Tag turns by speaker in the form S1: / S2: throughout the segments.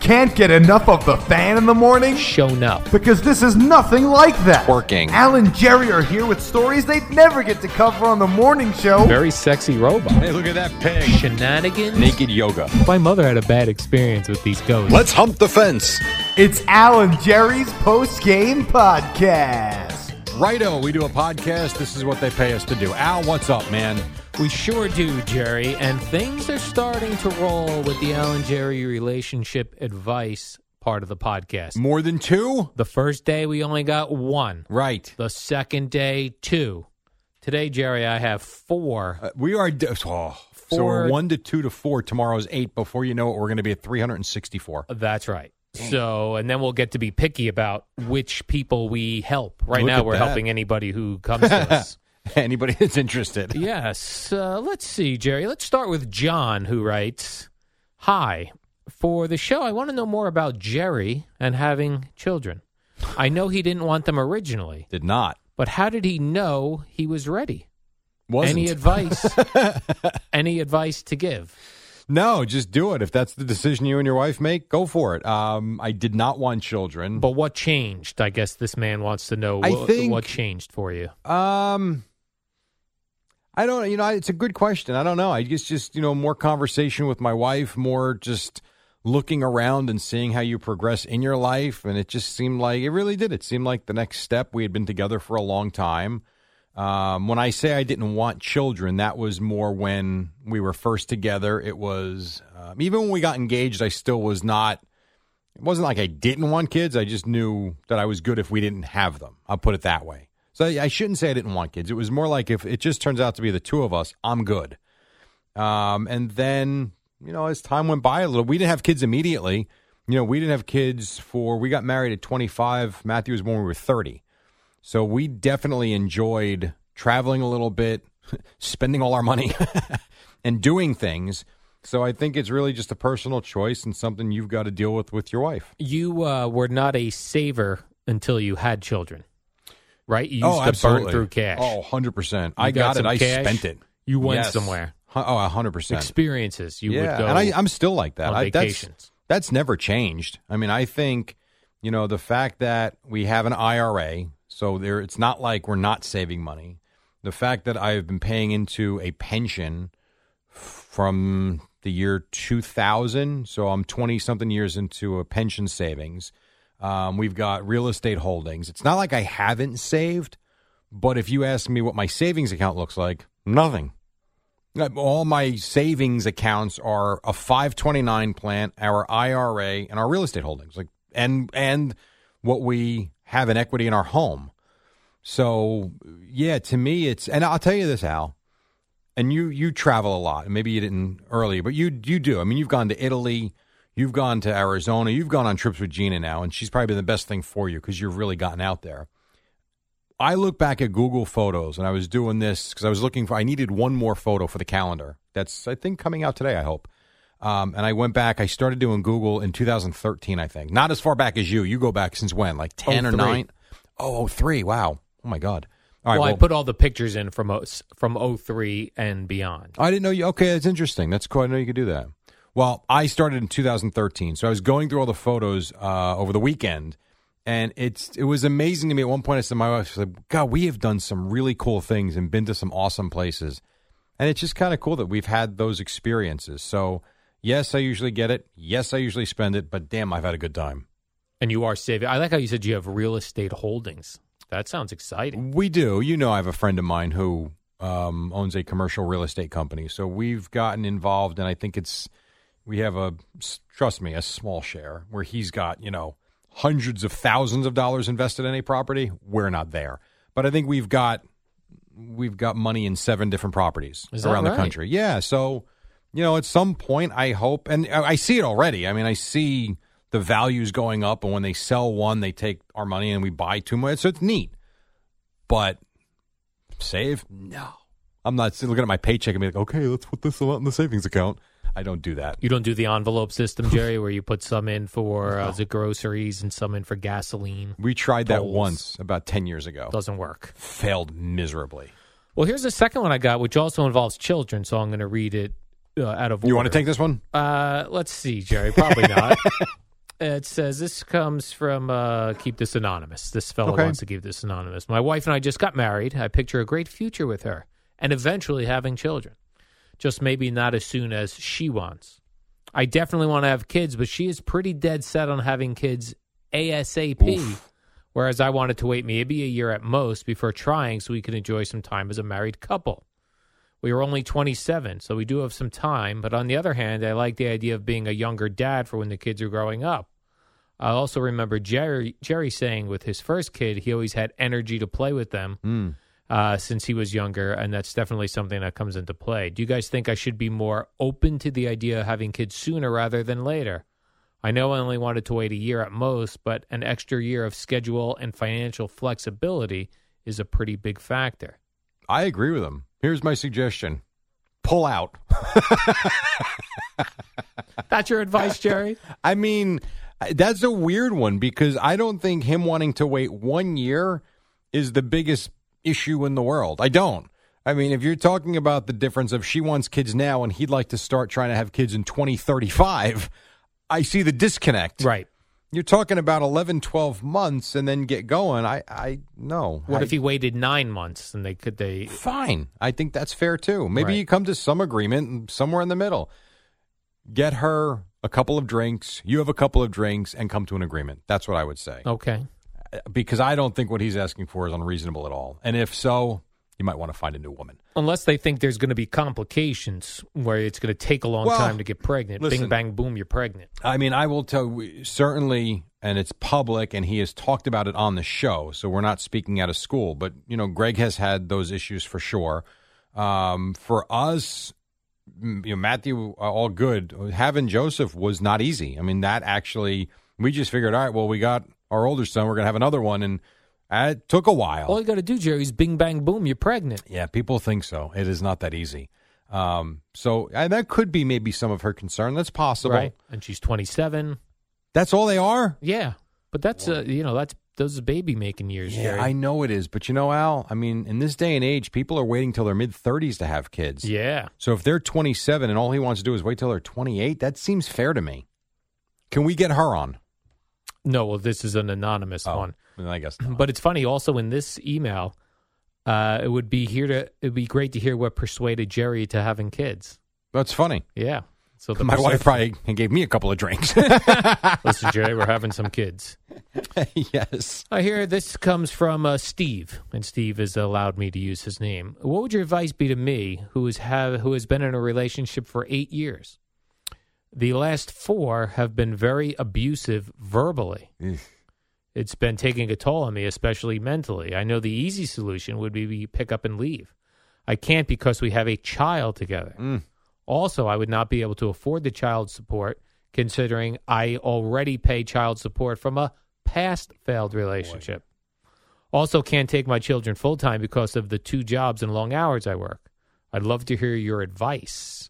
S1: Can't get enough of the fan in the morning?
S2: shown up.
S1: Because this is nothing like that.
S3: Twerking.
S1: Al and Jerry are here with stories they'd never get to cover on the morning show.
S2: Very sexy robot.
S3: Hey, look at that pig.
S2: Shenanigans.
S3: Naked yoga.
S2: My mother had a bad experience with these ghosts.
S3: Let's hump the fence.
S1: It's Al and Jerry's post game podcast.
S3: Righto, we do a podcast. This is what they pay us to do. Al, what's up, man?
S2: We sure do, Jerry. And things are starting to roll with the Alan Jerry relationship advice part of the podcast.
S3: More than two?
S2: The first day we only got one.
S3: Right.
S2: The second day two. Today, Jerry, I have four.
S3: Uh, we are. d- Oh, So
S2: Four.
S3: we're one to two to four. Tomorrow's eight. Before you know it, we're going to be at 364.
S2: That's right. So, and then we'll get to be picky about which people we help. Right
S3: Look
S2: now,
S3: at
S2: we're
S3: that.
S2: helping anybody who comes to us.
S3: Anybody that's interested.
S2: Yes. Uh, let's see, Jerry. Let's start with John, who writes Hi. For the show, I want to know more about Jerry and having children. I know he didn't want them originally,
S3: Did not.
S2: but how did he know he was ready?
S3: Wasn't.
S2: Any advice? any advice to give?
S3: no, just do it. If that's the decision you and your wife make, go for it. Um, I did not want children.
S2: But what changed? I guess this man wants to know
S3: I
S2: wh-
S3: think-
S2: what changed for you.
S3: Um, I don't. You know, it's a good question. I don't know. I guess just you know more conversation with my wife, more just looking around and seeing how you progress in your life, and it just seemed like it really did. It seemed like the next step. We had been together for a long time. Um, when I say I didn't want children, that was more when we were first together. It was um, even when we got engaged, I still was not it wasn't like I didn't want kids. I just knew that I was good if we didn't have them. I'll put it that way. So I, I shouldn't say I didn't want kids. It was more like if it just turns out to be the two of us, I'm good. Um, and then, you know, as time went by a little, we didn't have kids immediately. You know, we didn't have kids for, we got married at 25. Matthew was when we were 30. So we definitely enjoyed traveling a little bit, spending all our money, and doing things. So I think it's really just a personal choice and something you've got to deal with with your wife.
S2: You uh, were not a saver until you had children, right? You used to burn through cash.
S3: Oh, 100%.
S2: You
S3: I got, it.
S2: some
S3: I
S2: cash,
S3: spent it.
S2: You went
S3: Yes.
S2: somewhere.
S3: Hu- Oh, 100%.
S2: Experiences. You
S3: yeah,
S2: would go.
S3: and I, I'm still like that.
S2: on
S3: I, that's,
S2: vacations.
S3: that's never changed. I mean, I think, you know, the fact that we have an IRA, so there it's not like we're not saving money. The fact that I've been paying into a pension from the year 2000, so I'm 20 something years into a pension savings. Um, we've got real estate holdings. It's not like I haven't saved, but if you ask me what my savings account looks like, nothing. Like, All my savings accounts are a 529 plan, our IRA, and our real estate holdings, like and and what we have in equity in our home. So yeah, to me, it's and I'll tell you this, Al. And you you travel a lot. Maybe you didn't earlier, but you you do. I mean, you've gone to Italy, you've gone to Arizona, you've gone on trips with Gina now, and she's probably been the best thing for you because you've really gotten out there. I look back at Google Photos, and I was doing this because I was looking for. I needed one more photo for the calendar. That's I think coming out today. I hope. Um, and I went back. I started doing Google in 2013. I think not as far back as you. You go back since when? Like 10 or
S2: 03.
S3: nine? Oh, 03. Wow. Oh my God. All right.
S2: well, I
S3: well-
S2: put all the pictures in from o- from 03 and beyond.
S3: I didn't know you. Okay, that's interesting. That's cool. I didn't know you could do that. Well, I started in 2013, so I was going through all the photos uh, over the weekend, and it's it was amazing to me. At one point, I said to my wife, "She's like, God, we have done some really cool things and been to some awesome places, and it's just kind of cool that we've had those experiences." So, yes, I usually get it. Yes, I usually spend it, but damn, I've had a good time.
S2: And you are saving. I like how you said you have real estate holdings. That sounds exciting.
S3: We do. You know, I have a friend of mine who um, owns a commercial real estate company. So we've gotten involved, and I think it's we have a s- trust me a small share where he's got you know hundreds of thousands of dollars invested in a property. We're not there, but I think we've got we've got money in seven different properties
S2: Is that
S3: around the
S2: right?
S3: country. Yeah, so you know at some point I hope, and I I see it already. I mean, I see the values going up, and when they sell one, they take our money and we buy two more. So it's neat, but save no. I'm not sitting looking at my paycheck and be like, okay, let's put this amount in the savings account. I don't do that.
S2: You don't do the envelope system, Jerry, where you put some in for uh, the groceries and some in for gasoline.
S3: We tried that
S2: Tolls.
S3: once about 10 years ago.
S2: Doesn't work.
S3: Failed miserably.
S2: Well, here's the second one I got, which also involves children. So I'm going to read it uh, out of.
S3: You want to
S2: order.
S3: take this one?
S2: Uh, let's see, Jerry. Probably not. it says this comes from uh, keep this anonymous. This fellow
S3: Okay.
S2: wants to keep this anonymous. My wife and I just got married. I picture a great future with her and eventually having children. Just maybe not as soon as she wants. I definitely want to have kids, but she is pretty dead set on having kids ASAP. Whereas I wanted to wait maybe a year at most before trying so we could enjoy some time as a married couple. We were only 27, so we do have some time. But on the other hand, I like the idea of being a younger dad for when the kids are growing up. I also remember Jerry, Jerry saying with his first kid, he always had energy to play with them
S3: Mm.
S2: uh, since he was younger, and that's definitely something that comes into play. Do you guys think I should be more open to the idea of having kids sooner rather than later? I know I only wanted to wait a year at most, but an extra year of schedule and financial flexibility is a pretty big factor.
S3: I agree with him. Here's my suggestion pull out.
S2: That's your advice, Jerry?
S3: I mean, that's a weird one because I don't think him wanting to wait one year is the biggest issue in the world. I don't. I mean, if you're talking about the difference of she wants kids now and he'd like to start trying to have kids in 2035, I see the disconnect.
S2: right.
S3: You're talking about 11, 12 months and then get going. I, I no.
S2: What
S3: I-
S2: if he waited nine months and they could they?
S3: Fine. I think that's fair too. Maybe
S2: Right.
S3: you come to some agreement and somewhere in the middle. Get her a couple of drinks, you have a couple of drinks, and come to an agreement. That's what I would say.
S2: Okay.
S3: Because I don't think what he's asking for is unreasonable at all. And if so, you might want to find a new woman.
S2: Unless they think there's going to be complications where it's going to take a long
S3: Well,
S2: time to get pregnant.
S3: listen.
S2: Bing, bang, boom, you're pregnant.
S3: I mean, I will tell you, certainly, and it's public, and he has talked about it on the show, so we're not speaking out of school. But you know, Greg has had those issues for sure. Um, for us, m- you know, Matthew, uh, all good. Having Joseph was not easy. I mean, that actually, we just figured, all right, well, we got our older son, we're gonna have another one, and uh, it took a while.
S2: All you got to do, Jerry, is bing, bang, boom, you're pregnant.
S3: Yeah, people think so. It is not that easy. Um, so uh, that could be maybe some of her concern. That's possible.
S2: Right. And she's 27.
S3: That's all they are.
S2: Yeah. But that's, uh, you know, that's those are baby making years,
S3: Yeah,
S2: Jerry.
S3: I know it is, but you know, Al. I mean, in this day and age, people are waiting till their mid thirties to have kids.
S2: yeah.
S3: So if they're 27 and all he wants to do is wait till they're 28, that seems fair to me. Can we get her on?
S2: No, well, this is an anonymous
S3: Oh,
S2: one.
S3: then I guess. Not.
S2: But it's funny also in this email, uh, it would be here to, it would be great to hear what persuaded Jerry to having kids.
S3: That's funny.
S2: Yeah. So the
S3: My
S2: persu-
S3: wife probably gave me a couple of drinks.
S2: Listen, Jerry, we're having some kids.
S3: yes.
S2: I hear this comes from uh, Steve, and Steve has allowed me to use his name. What would your advice be to me, who is have who has been in a relationship for eight years? The last four have been very abusive verbally. It's been taking a toll on me, especially mentally. I know the easy solution would be we pick up and leave. I can't because we have a child together. Also, I would not be able to afford the child support considering I already pay child support from a past failed relationship. Also, can't take my children full time because of the two jobs and long hours I work. I'd love to hear your advice.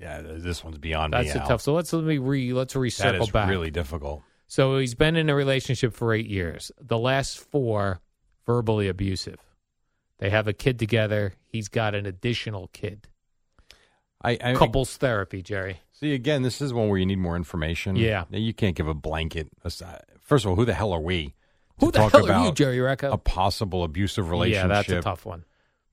S3: Yeah, this one's beyond me.
S2: That's a
S3: Al.
S2: tough. So let's let me re let's
S3: That
S2: recircle
S3: is
S2: back.
S3: really difficult.
S2: So he's been in a relationship for eight years. The last four, verbally abusive. They have a kid together. He's got an additional kid.
S3: I, I
S2: Couples therapy, Jerry.
S3: see again. This is one where you need more information.
S2: Yeah.
S3: you can't give a blanket. aside. First of all, who the hell are we? to
S2: Who the
S3: talk
S2: hell are you,
S3: about
S2: Jerry Recco?
S3: a possible abusive
S2: Yeah,
S3: relationship.
S2: that's a tough one.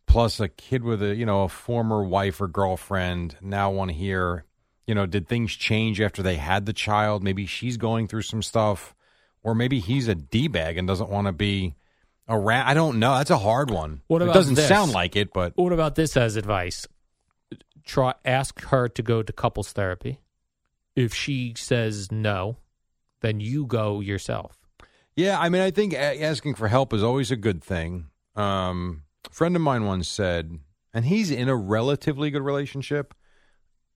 S3: Plus, a kid with a you know a former wife or girlfriend now want to hear, you know, did things change after they had the child? Maybe she's going through some stuff, or maybe he's a d bag and doesn't want to be Around, I don't know. That's a hard one.
S2: What
S3: it
S2: about
S3: doesn't
S2: this?
S3: sound like it, but
S2: What about this as advice? Try ask her to go to couples therapy. If she says no, then you go yourself.
S3: Yeah, I mean, I think a- asking for help is always a good thing. Um, a friend of mine once said, and he's in a relatively good relationship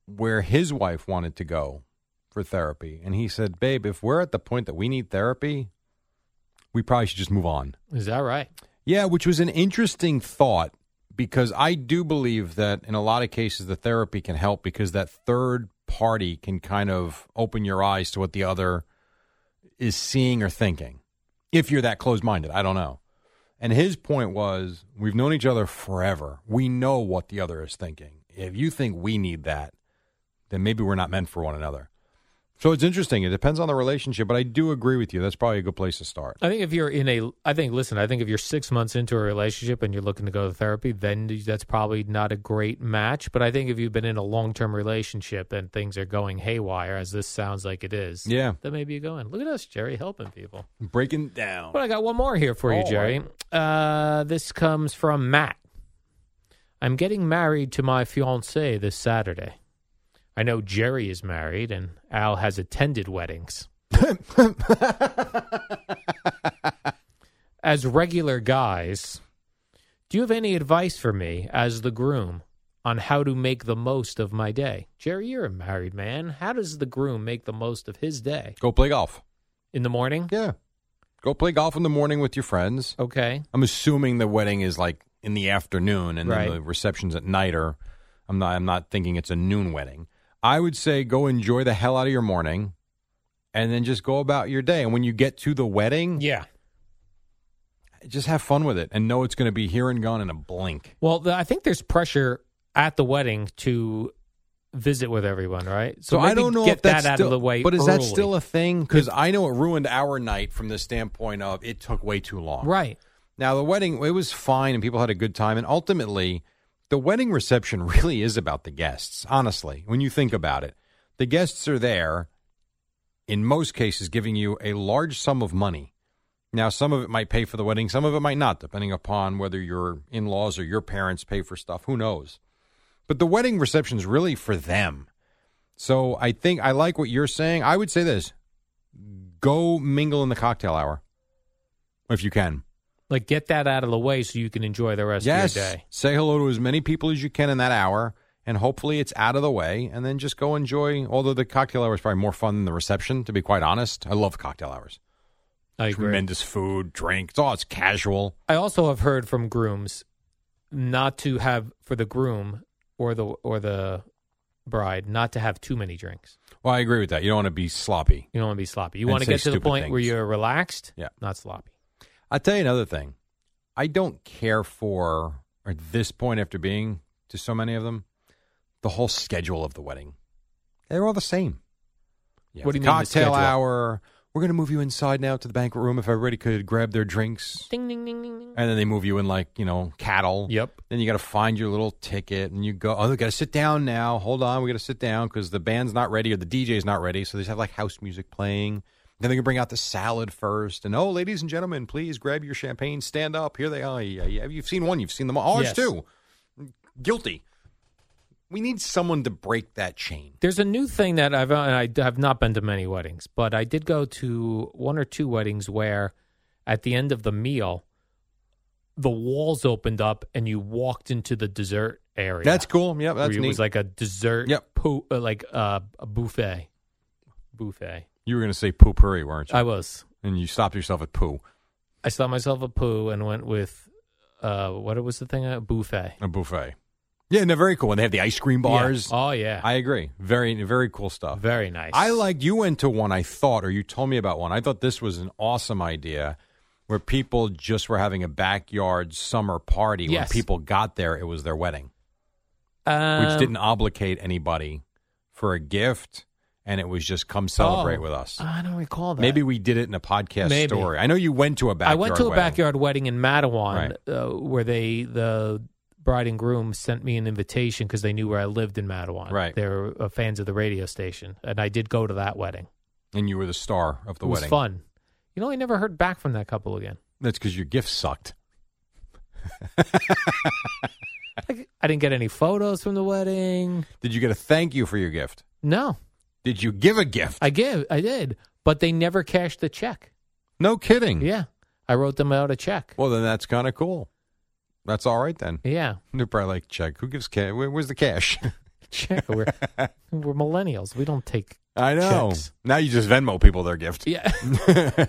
S3: where his wife wanted to go for therapy. And he said, Babe, if we're at the point that we need therapy, we probably should just move on.
S2: Is that right?
S3: Yeah, which was an interesting thought because I do believe that in a lot of cases the therapy can help because that third party can kind of open your eyes to what the other is seeing or thinking. If you're that closed minded, I don't know. And his point was we've known each other forever. We know what the other is thinking. If you think we need that, then maybe we're not meant for one another. So it's interesting. It depends on the relationship, but I do agree with you. That's probably a good place to start.
S2: I think if you're in a, I think listen, I think if you're six months into a relationship and you're looking to go to therapy, then that's probably not a great match. But I think if you've been in a long term relationship and things are going haywire, as this sounds like it is,
S3: Yeah.
S2: then maybe you go in. Look at us, Jerry, helping people.
S3: Breaking down.
S2: But I got one more here for you,
S3: Oh. All
S2: Jerry. Uh, this comes from Matt. I'm getting married to my fiancee this Saturday. I know Jerry is married and Al has attended weddings. as regular guys, do you have any advice for me as the groom on how to make the most of my day? Jerry, you're a married man. How does the groom make the most of his day?
S3: Go play golf.
S2: In the morning?
S3: Yeah. Go play golf in the morning with your friends.
S2: Okay.
S3: I'm assuming the wedding is like in the afternoon and
S2: Right.
S3: then the reception's at night or I'm not I'm not thinking it's a noon wedding. I would say go enjoy the hell out of your morning and then just go about your day. And when you get to the wedding,
S2: Yeah.
S3: just have fun with it and know it's going to be here and gone in a blink.
S2: Well, the, I think there's pressure at the wedding to visit with everyone, right?
S3: So, I
S2: maybe
S3: don't know
S2: get
S3: if that's
S2: that
S3: still,
S2: out of the way.
S3: but is that
S2: early.
S3: still a thing? Because I know it ruined our night from the standpoint of it took way too long.
S2: right?
S3: Now the wedding it was fine and people had a good time and ultimately the wedding reception really is about the guests, honestly, when you think about it. The guests are there in most cases giving you a large sum of money. Now some of it might pay for the wedding, some of it might not depending upon whether your in-laws or your parents pay for stuff, who knows. But the wedding reception's really for them. So I think I like what you're saying. I would say this. Go mingle in the cocktail hour if you can
S2: Like get that out of the way so you can enjoy the rest
S3: yes.
S2: of your day.
S3: Say hello to as many people as you can in that hour, and hopefully it's out of the way, and then just go enjoy. Although the cocktail hour is probably more fun than the reception, to be quite honest. I love cocktail hours.
S2: I agree.
S3: Tremendous food, drink. It's all it's casual.
S2: I also have heard from grooms not to have for the groom or the or the bride not to have too many drinks.
S3: Well, I agree with that. You don't want to be sloppy.
S2: You don't want to be sloppy. You
S3: And
S2: want to
S3: say
S2: get to the
S3: stupid
S2: point where
S3: things.
S2: you're relaxed,
S3: Yeah.
S2: not sloppy.
S3: I'll tell you another thing. I don't care for at this point after being to so many of them, the whole schedule of the wedding. They're all the same.
S2: What do
S3: the
S2: you mean the
S3: cocktail
S2: schedule?
S3: hour. We're gonna move you inside now to the banquet room if everybody could grab their drinks.
S2: Ding ding ding ding. ding.
S3: and then they move you in like you know cattle.
S2: Yep.
S3: Then you got to find your little ticket, and you go. Oh, we got to sit down now. Hold on, we got to sit down because the band's not ready or the DJ's not ready. So they just have like house music playing. Then they can bring out the salad first. And oh, ladies and gentlemen, please grab your champagne. Stand up. Here they are. Yeah, yeah. You've seen one. You've seen them all. Ours
S2: Yes.
S3: too. Guilty. We need someone to break that chain.
S2: There's a new thing that I've and I have not been to many weddings, but I did go to one or two weddings where at the end of the meal the walls opened up and you walked into the dessert area.
S3: That's cool. Yep,
S2: Where
S3: Oh, that's
S2: it
S3: neat.
S2: was like a dessert
S3: Yep.
S2: po- uh, like uh, a buffet. Buffet.
S3: you were going to say poopery, weren't you?
S2: I was.
S3: and you stopped yourself at poo.
S2: I saw myself a poo and went with uh, what was the thing? A buffet.
S3: A buffet. Yeah, no, very cool. And they have the ice cream bars.
S2: Yeah. Oh yeah.
S3: I agree. Very, very cool stuff.
S2: Very nice.
S3: I like you went to one. I thought, or you told me about one. I thought this was an awesome idea, where people just were having a backyard summer party. When
S2: Yes.
S3: people got there, it was their wedding,
S2: um,
S3: which didn't obligate anybody for a gift, and it was just come celebrate
S2: oh,
S3: with us.
S2: I don't recall that.
S3: Maybe we did it in a podcast
S2: Maybe.
S3: story. I know you went to a backyard.
S2: I went to a
S3: wedding.
S2: backyard wedding in Mattawan, uh, where they the bride and groom sent me an invitation because they knew where I lived in Mattawan.
S3: Right.
S2: they were uh, fans of the radio station, and I did go to that wedding.
S3: and you were the star of the
S2: it was
S3: wedding.
S2: fun. You know, I never heard back from that couple again.
S3: That's because your gift sucked.
S2: Like, I didn't get any photos from the wedding.
S3: Did you get a thank you for your gift?
S2: No,
S3: Did you give a gift?
S2: I give, I did, but they never cashed the check.
S3: no kidding.
S2: Yeah, I wrote them out a check.
S3: Well, then that's kind of cool. That's all right then.
S2: Yeah,
S3: They're probably like, check. Who gives cash? Where's the cash?
S2: check. We're, we're millennials. We don't take.
S3: I know.
S2: Checks.
S3: Now you just Venmo people their gift.
S2: Yeah,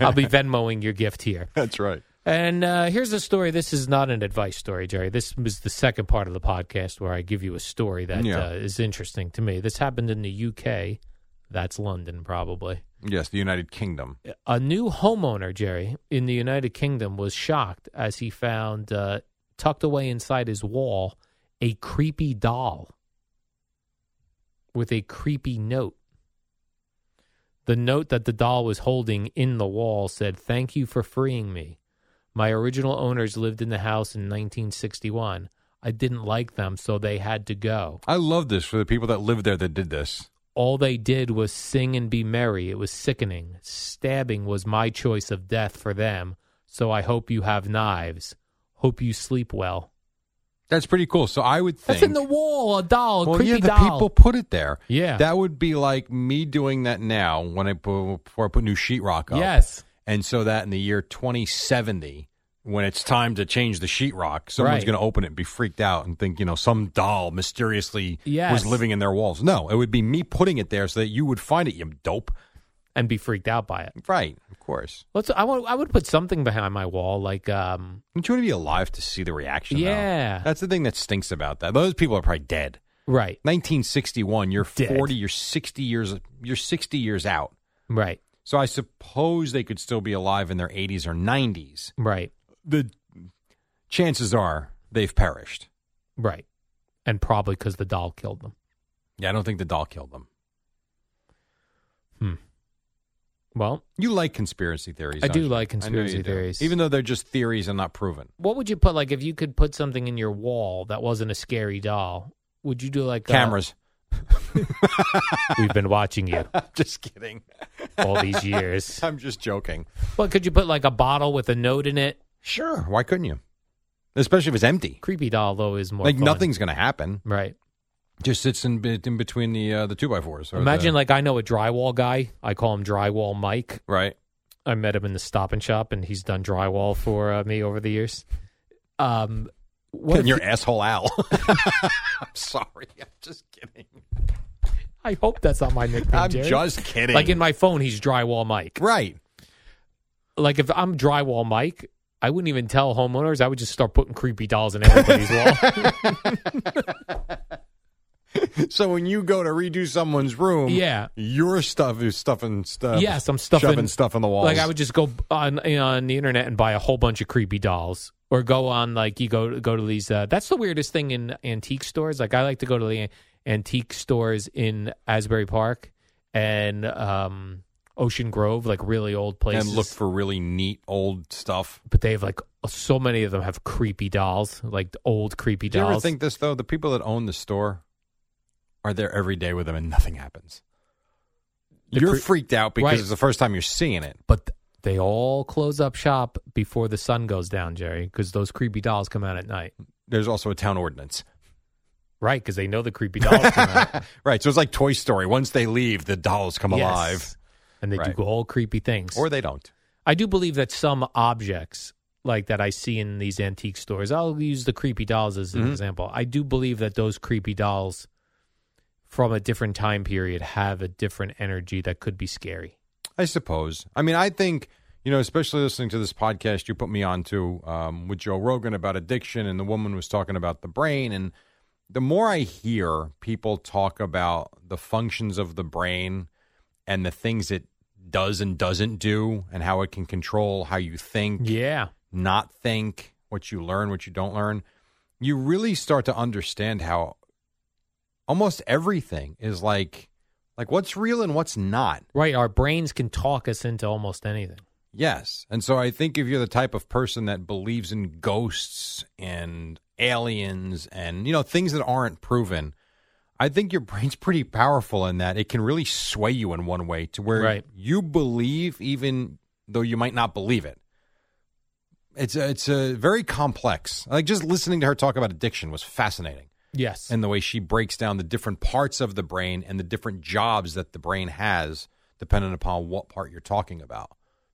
S2: I'll be Venmoing your gift here.
S3: That's right.
S2: And uh, here's a story. This is not an advice story, Jerry. This was the second part of the podcast where I give you a story that
S3: Yeah.
S2: uh, is interesting to me. This happened in the UK. That's London, probably.
S3: Yes, the United Kingdom.
S2: A new homeowner, Jerry, in the United Kingdom was shocked as he found uh, tucked away inside his wall a creepy doll with a creepy note. The note that the doll was holding in the wall said, Thank you for freeing me. My original owners lived in the house in 1961. I didn't like them, so they had to go.
S3: I love this for the people that lived there that did this.
S2: All they did was sing and be merry. It was sickening. Stabbing was my choice of death for them. So I hope you have knives. Hope you sleep well.
S3: That's pretty cool. So I would think
S2: That's in the wall, a doll, a
S3: well,
S2: creepy
S3: yeah, the
S2: doll.
S3: people put it there.
S2: Yeah.
S3: that would be like me doing that now when I put, before I put new sheetrock up.
S2: yes.
S3: and so that in the year 2070, when it's time to change the sheetrock, someone's
S2: Right.
S3: going to open it and be freaked out and think you know some doll mysteriously
S2: Yes.
S3: was living in their walls. No, it would be me putting it there so that you would find it. You dope.
S2: And be freaked out by it.
S3: Right, of course.
S2: Let's. I want. I would put something behind my wall, like um,
S3: Don't you want to be alive to see the reaction? though?
S2: Yeah.
S3: that's the thing that stinks about that. Those people are probably dead.
S2: right,
S3: 1961 you're
S2: Dead.
S3: 40 you're 60 years you're 60 years out
S2: right,
S3: so i suppose they could still be alive in their 80s or 90s
S2: right,
S3: the chances are they've perished
S2: right, and probably because the doll killed them.
S3: yeah i don't think the doll killed them
S2: Well,
S3: you like conspiracy theories
S2: I
S3: don't
S2: do
S3: you?
S2: like
S3: I know
S2: conspiracy
S3: you do.
S2: theories.
S3: even though they're just theories and not proven
S2: what would you put? Like, if you could put something in your wall that wasn't a scary doll, would you do like uh,
S3: cameras
S2: We've been watching you
S3: just kidding
S2: all these years.
S3: i'm just joking
S2: Well, could you put like a bottle with a note in it?
S3: sure why couldn't you especially if it's empty
S2: Creepy doll though is more
S3: like
S2: fun.
S3: nothing's gonna happen
S2: right.
S3: just sits in, be- in between the uh, the two by fours or
S2: Imagine
S3: the-
S2: like I know a drywall guy. I call him Drywall Mike.
S3: right
S2: I met him in the Stop and Shop, and he's done drywall for uh, me over the years. Um, what
S3: and
S2: if
S3: your
S2: he-
S3: asshole Al. I'm sorry. I'm just kidding.
S2: I hope that's not my nickname.
S3: I'm
S2: Jerry.
S3: just kidding.
S2: like in my phone, he's Drywall Mike.
S3: right.
S2: Like if I'm Drywall Mike, I wouldn't even tell homeowners. I would just start putting creepy dolls in everybody's wall.
S3: So when you go to redo someone's room,
S2: Yeah.
S3: your stuff is stuffing stuff.
S2: Yes, I'm stuffing-
S3: shoving stuff on the walls.
S2: Like I would just go on on the internet and buy a whole bunch of creepy dolls, or go on like you go go to these. Uh, that's the weirdest thing in antique stores. Like I like to go to the an- antique stores in Asbury Park and um, Ocean Grove, like really old places.
S3: and look for really neat old stuff.
S2: but they have like so many of them have creepy dolls, like the old creepy
S3: Do you ever
S2: dolls.
S3: think this though? The people that own the store are there every day with them, and nothing happens.
S2: The
S3: you're
S2: cre-
S3: freaked out because
S2: Right.
S3: it's the first time you're seeing it.
S2: but they all close up shop before the sun goes down, Jerry, because those creepy dolls come out at night,
S3: There's also a town ordinance.
S2: right? Because they know the creepy dolls come out.
S3: Right. So it's like Toy Story. Once they leave, the dolls come
S2: Yes.
S3: alive.
S2: And they
S3: Right.
S2: do all creepy things.
S3: Or they don't.
S2: I do believe that some objects like that I see in these antique stores, I'll use the creepy dolls as an
S3: Mm-hmm.
S2: example. I do believe that those creepy dolls from a different time period have a different energy that could be scary.
S3: I suppose. I mean, I think you know, especially listening to this podcast you put me on to um, with Joe Rogan about addiction, and the woman was talking about the brain. And the more I hear people talk about the functions of the brain and the things it does and doesn't do, and how it can control how you think,
S2: Yeah.
S3: not think, what you learn, what you don't learn, you really start to understand how almost everything is like like what's real and what's not.
S2: Right. Our brains can talk us into almost anything.
S3: Yes. And so I think if you're the type of person that believes in ghosts and aliens and, you know, things that aren't proven, I think your brain's pretty powerful in that it can really sway you in one way to where
S2: Right.
S3: you believe even though you might not believe it. It's a, it's a very complex. Like just listening to her talk about addiction was fascinating,
S2: Yes.
S3: and the way she breaks down the different parts of the brain and the different jobs that the brain has, depending upon what part you're talking about.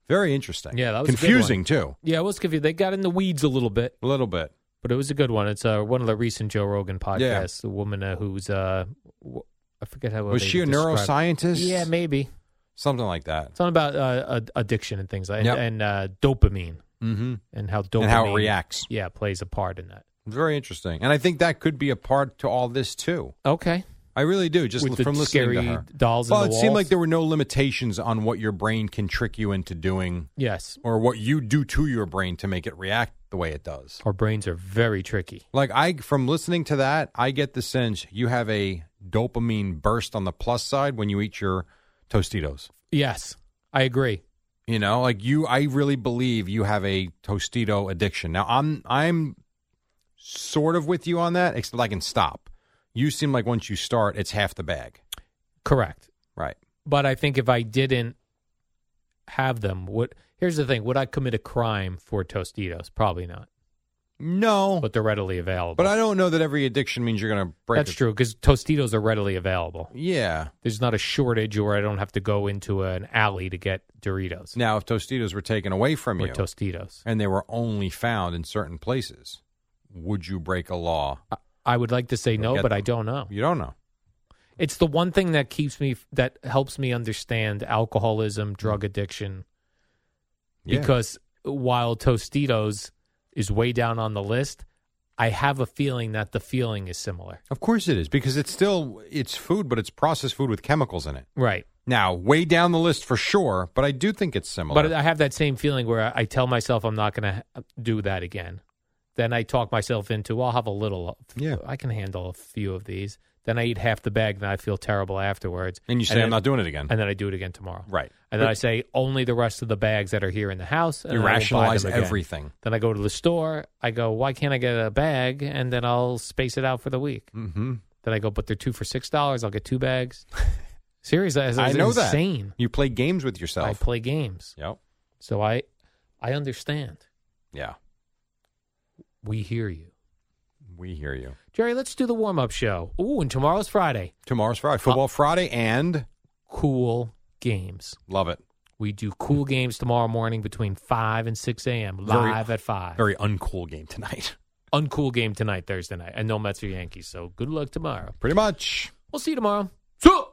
S3: Very interesting.
S2: Yeah, that was a good one.
S3: confusing too,
S2: yeah, I was confused. They got in the weeds a little bit,
S3: a little bit.
S2: but it was a good one. It's uh, one of the recent Joe Rogan podcasts. The woman uh, who's uh, w- I forget how
S3: Was
S2: they
S3: she a
S2: described-
S3: neuroscientist?
S2: Yeah, maybe
S3: something like that.
S2: something about uh, ad- addiction and things like
S3: Yep.
S2: and uh, dopamine
S3: Mm-hmm.
S2: and how dopamine
S3: And how it reacts.
S2: Yeah, plays a part in that.
S3: Very interesting, and I think that could be a part to all this too.
S2: Okay,
S3: I really do. Just
S2: With the
S3: from listening
S2: scary
S3: to her.
S2: dolls in
S3: Well,
S2: the
S3: it seemed
S2: walls.
S3: like there were no limitations on what your brain can trick you into doing,
S2: yes,
S3: or what you do to your brain to make it react the way it does.
S2: our brains are very tricky.
S3: Like I, from listening to that, I get the sense you have a dopamine burst on the plus side when you eat your Tostitos.
S2: Yes, I agree.
S3: You know, like you, I really believe you have a Tostito addiction. Now, I'm, I'm sort of with you on that, except I can stop. You seem like once you start, it's half the bag,
S2: Correct.
S3: right?
S2: but I think if I didn't have them, would here's the thing: would I commit a crime for Tostitos? Probably not,
S3: No,
S2: but they're readily available.
S3: But I don't know that every addiction means you're going to break.
S2: that's
S3: it.
S2: true because Tostitos are readily available.
S3: Yeah.
S2: There's not a shortage, or I don't have to go into an alley to get Doritos
S3: Now, if Tostitos were taken away from
S2: or
S3: you
S2: Tostitos.
S3: and they were only found in certain places, would you break a law?
S2: I would like to say
S3: Go
S2: no,
S3: get
S2: but I
S3: them.
S2: don't know.
S3: You don't know.
S2: It's the one thing that keeps me that helps me understand alcoholism, drug addiction,
S3: Mm. Yeah.
S2: because while Tostitos is way down on the list, I have a feeling that the feeling is similar.
S3: of course it is because it's still it's food, but it's processed food with chemicals in it.
S2: Right.
S3: Now, way down the list for sure, but I do think it's similar.
S2: But I have that same feeling where I- I tell myself I'm not going to do that again. Then I talk myself into I'll have a little.
S3: Yeah.
S2: I can handle a few of these. Then I eat half the bag, and I feel terrible afterwards.
S3: and you say
S2: then,
S3: I'm not doing it again.
S2: And then I do it again tomorrow.
S3: right.
S2: And then I say only the rest of the bags that are here in the house. And
S3: You
S2: then I will buy them
S3: rationalize
S2: again.
S3: everything.
S2: Then I go to the store. I go, why can't I get a bag? And then I'll space it out for the week.
S3: Mm-hmm.
S2: Then I go, but they're two for six dollars. I'll get two bags. Seriously, it's,
S3: I know
S2: insane.
S3: that. You play games with
S2: I
S3: yourself.
S2: play games,
S3: yep.
S2: so I, I understand.
S3: Yeah.
S2: We hear you.
S3: We hear you.
S2: Jerry, let's do the warm up show. Ooh, and tomorrow's Friday.
S3: Tomorrow's Friday,
S2: Uh,
S3: Football Friday, and
S2: Cool games.
S3: love it.
S2: We do cool games tomorrow morning between 5 and 6 a.m.
S3: Mm-hmm. Very-
S2: live at 5.
S3: Very uncool game tonight.
S2: Uncool game tonight, Thursday night. And no Mets or Yankees. So good luck tomorrow.
S3: Pretty much.
S2: We'll see you tomorrow. So-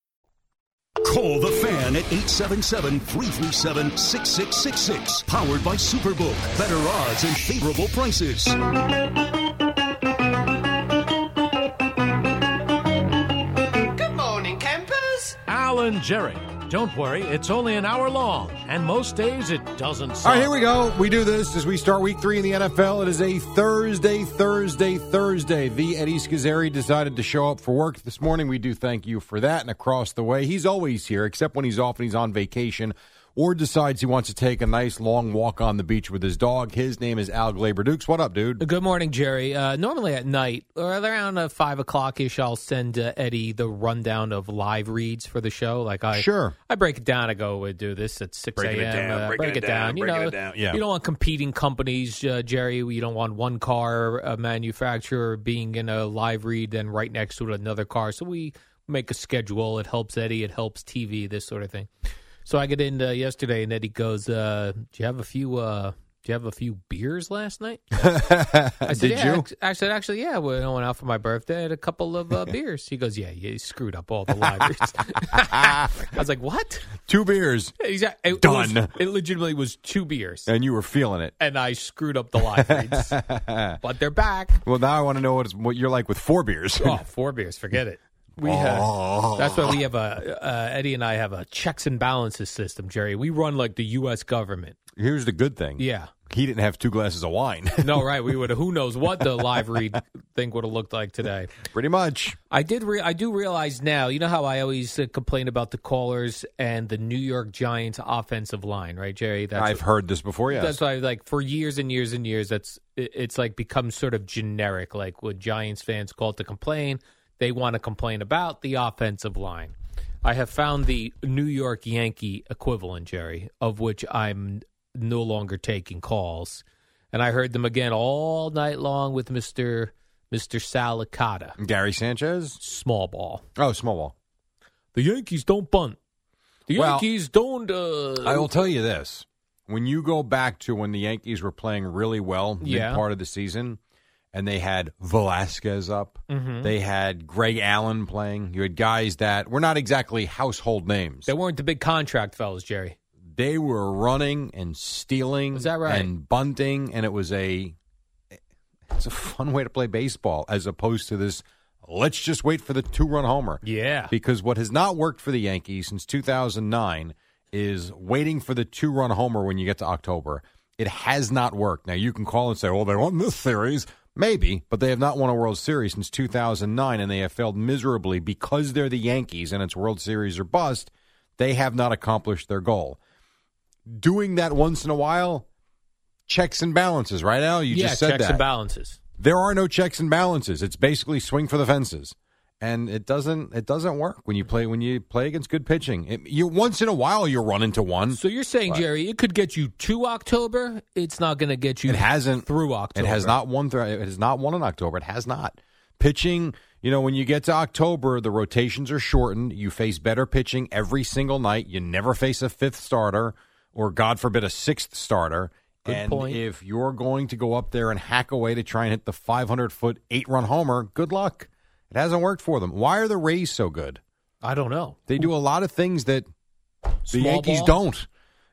S4: Call the fan at 877 337 6666. Powered by Superbook. Better odds and favorable prices.
S5: Good morning, campers.
S6: Alan Jerry. Don't worry, it's only an hour long, and most days it doesn't suck.
S3: All right, here we go. We do this as we start week three in the NFL. It is a Thursday, Thursday, Thursday. The Eddie Scazzeri decided to show up for work this morning. We do thank you for that. And across the way, he's always here, except when he's off and he's on vacation or decides he wants to take a nice long walk on the beach with his dog. His name is Al Glaber Dukes. What up, dude?
S2: Good morning, Jerry. Uh, normally at night, or around uh, 5 o'clock ish, I'll send uh, Eddie the rundown of live reads for the show. Like I
S3: Sure.
S2: I break it down. I go, we do this at 6 a.m.
S3: Breaking it down,
S2: uh,
S3: breaking
S2: break
S3: it
S2: it down.
S3: down,
S2: You
S3: breaking
S2: know,
S3: it down. Yeah.
S2: you don't want competing companies, uh, Jerry. You don't want one car uh, manufacturer being in a live read and right next to it another car. So we make a schedule. It helps Eddie. It helps TV, this sort of thing. So I get in uh, yesterday, and Eddie goes, uh, "Do you have a few? Uh, do you have a few beers last night?" I said,
S3: Did
S2: yeah,
S3: you?
S2: ac- I said, actually, yeah. When I went out for my birthday, I had a couple of uh, beers. He goes, yeah, you screwed up all the libraries. I was like, what?
S3: Two beers,
S2: He's a- It
S3: Done.
S2: was- it legitimately was two beers,
S3: and you were feeling it.
S2: and I screwed up the libraries. but they're back.
S3: Well, now I want to know what, it's, what you're like with four beers.
S2: Oh, four beers. Forget it. We have. That's why we have a uh, Eddie and I have a checks and balances system, Jerry. We run like the U.S. government.
S3: Here's the good thing.
S2: Yeah.
S3: He didn't have two glasses of wine.
S2: No, right? We would. Who knows what the live read thing would have looked like today?
S3: Pretty much.
S2: I did. Re- I do realize now. You know how I always uh, complain about the callers and the New York Giants offensive line, right, Jerry? That's
S3: I've heard this before, yes.
S2: That's why, like, for years and years and years, that's it- it's like become sort of generic. Like, what Giants fans call to complain, they want to complain about the offensive line. I have found the New York Yankee equivalent, Jerry, of which I'm no longer taking calls, and I heard them again all night long with Mister Mister Salicata,
S3: Gary Sanchez?
S2: small ball.
S3: Oh, small ball.
S2: The Yankees don't bunt. The
S3: Well,
S2: Yankees don't. Uh,
S3: I will tell you this. When you go back to when the Yankees were playing really well mid
S2: Yeah.
S3: part of the season and they had Velasquez up,
S2: Mm-hmm.
S3: they had Greg Allen playing, you had guys that were not exactly household names.
S2: They weren't the big contract fellas, Jerry.
S3: They were running and stealing
S2: Is that right?
S3: and bunting and it was a it's a fun way to play baseball as opposed to this let's just wait for the two-run homer.
S2: Yeah.
S3: Because what has not worked for the Yankees since 2009 is waiting for the two run homer when you get to October. It has not worked. Now, you can call and say, well, they won this series. Maybe, but they have not won a World Series since 2009, and they have failed miserably because they're the Yankees and it's World Series or bust. They have not accomplished their goal. Doing that once in a while, checks and balances, right, Al? You
S2: yeah,
S3: just said
S2: checks
S3: that
S2: and balances.
S3: there are no checks and balances. It's basically swing for the fences, and it doesn't it doesn't work when you play when you play against good pitching. It, you once in a while you run into one.
S2: So you're saying, Jerry, it could get you to October. It's not going to get you.
S3: It hasn't
S2: through October.
S3: It has not won. Through, it has not won in October. It has not pitching. You know, when you get to October, the rotations are shortened. You face better pitching every single night. You never face a fifth starter or, God forbid, a sixth starter.
S2: Good
S3: and
S2: point.
S3: if you're going to go up there and hack away to try and hit the 500 foot eight run homer, good luck. It hasn't worked for them. Why are the Rays so good?
S2: I don't know.
S3: They do a lot of things that the
S2: Small
S3: Yankees
S2: ball?
S3: don't.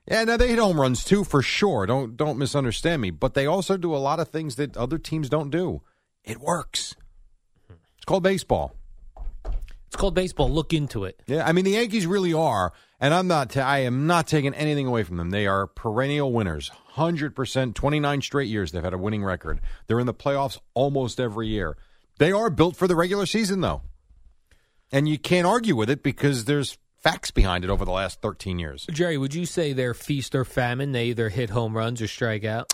S3: Yeah, now they hit home runs too for sure. Don't don't misunderstand me, but they also do a lot of things that other teams don't do. It works. It's called baseball.
S2: It's called baseball. Look into it.
S3: Yeah, I mean the Yankees really are, and I'm not. Ta- I am not taking anything away from them. They are perennial winners, hundred percent. Twenty nine straight years they've had a winning record. They're in the playoffs almost every year. They are built for the regular season though, and you can't argue with it because there's facts behind it over the last thirteen years.
S2: Jerry, would you say they're feast or famine? They either hit home runs or strike out.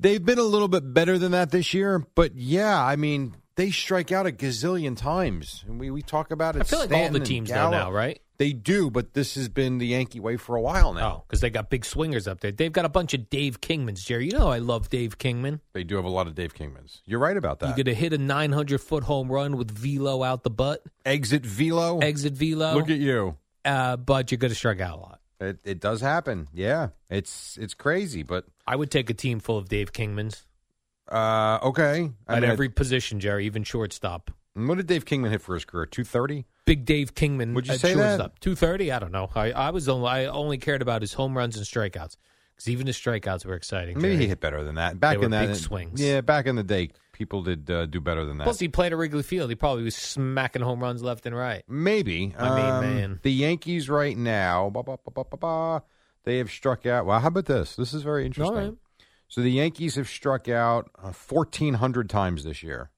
S3: They've been a little bit better than that this year, but yeah, I mean they strike out a gazillion times, and we we talk about it.
S2: I feel like all
S3: Stanton
S2: the
S3: and
S2: teams know
S3: Gallo.
S2: now, right?
S3: They do, but this has been the Yankee way for a while now.
S2: Oh, because they got big swingers up there. They've got a bunch of Dave Kingmans, Jerry. You know I love Dave Kingman.
S3: They do have a lot of Dave Kingmans. You're right about
S2: You
S3: that.
S2: could have hit a 900 foot home run with velo out the butt,
S3: Exit velo.
S2: exit velo,
S3: Look at you.
S2: uh, but you're going to strike out a lot.
S3: It, it does happen. Yeah, it's it's crazy, but
S2: I would take a team full of Dave Kingmans
S3: uh, okay. I
S2: at
S3: mean,
S2: every position, Jerry, even shortstop.
S3: what did Dave Kingman hit for his career? Two thirty.
S2: Big Dave Kingman. uh,
S3: Would you
S2: at
S3: say that?
S2: shortstop. 230? I don't know. I, I was only, I only cared about his home runs and strikeouts because even his strikeouts were exciting.
S3: Maybe he
S2: Jerry.
S3: hit better than that. Back
S2: were
S3: in that
S2: big swings.
S3: Yeah, back in the day, people did uh, do better than that.
S2: Plus, he played at Wrigley Field. He probably was smacking home runs left and right.
S3: Maybe.
S2: I mean,
S3: Um,
S2: man.
S3: The Yankees right now, ba, ba, ba, ba, ba, ba, they have struck out. Well, how about this? This is very interesting.
S2: right.
S3: So the Yankees have struck out uh, 1,400 times this year.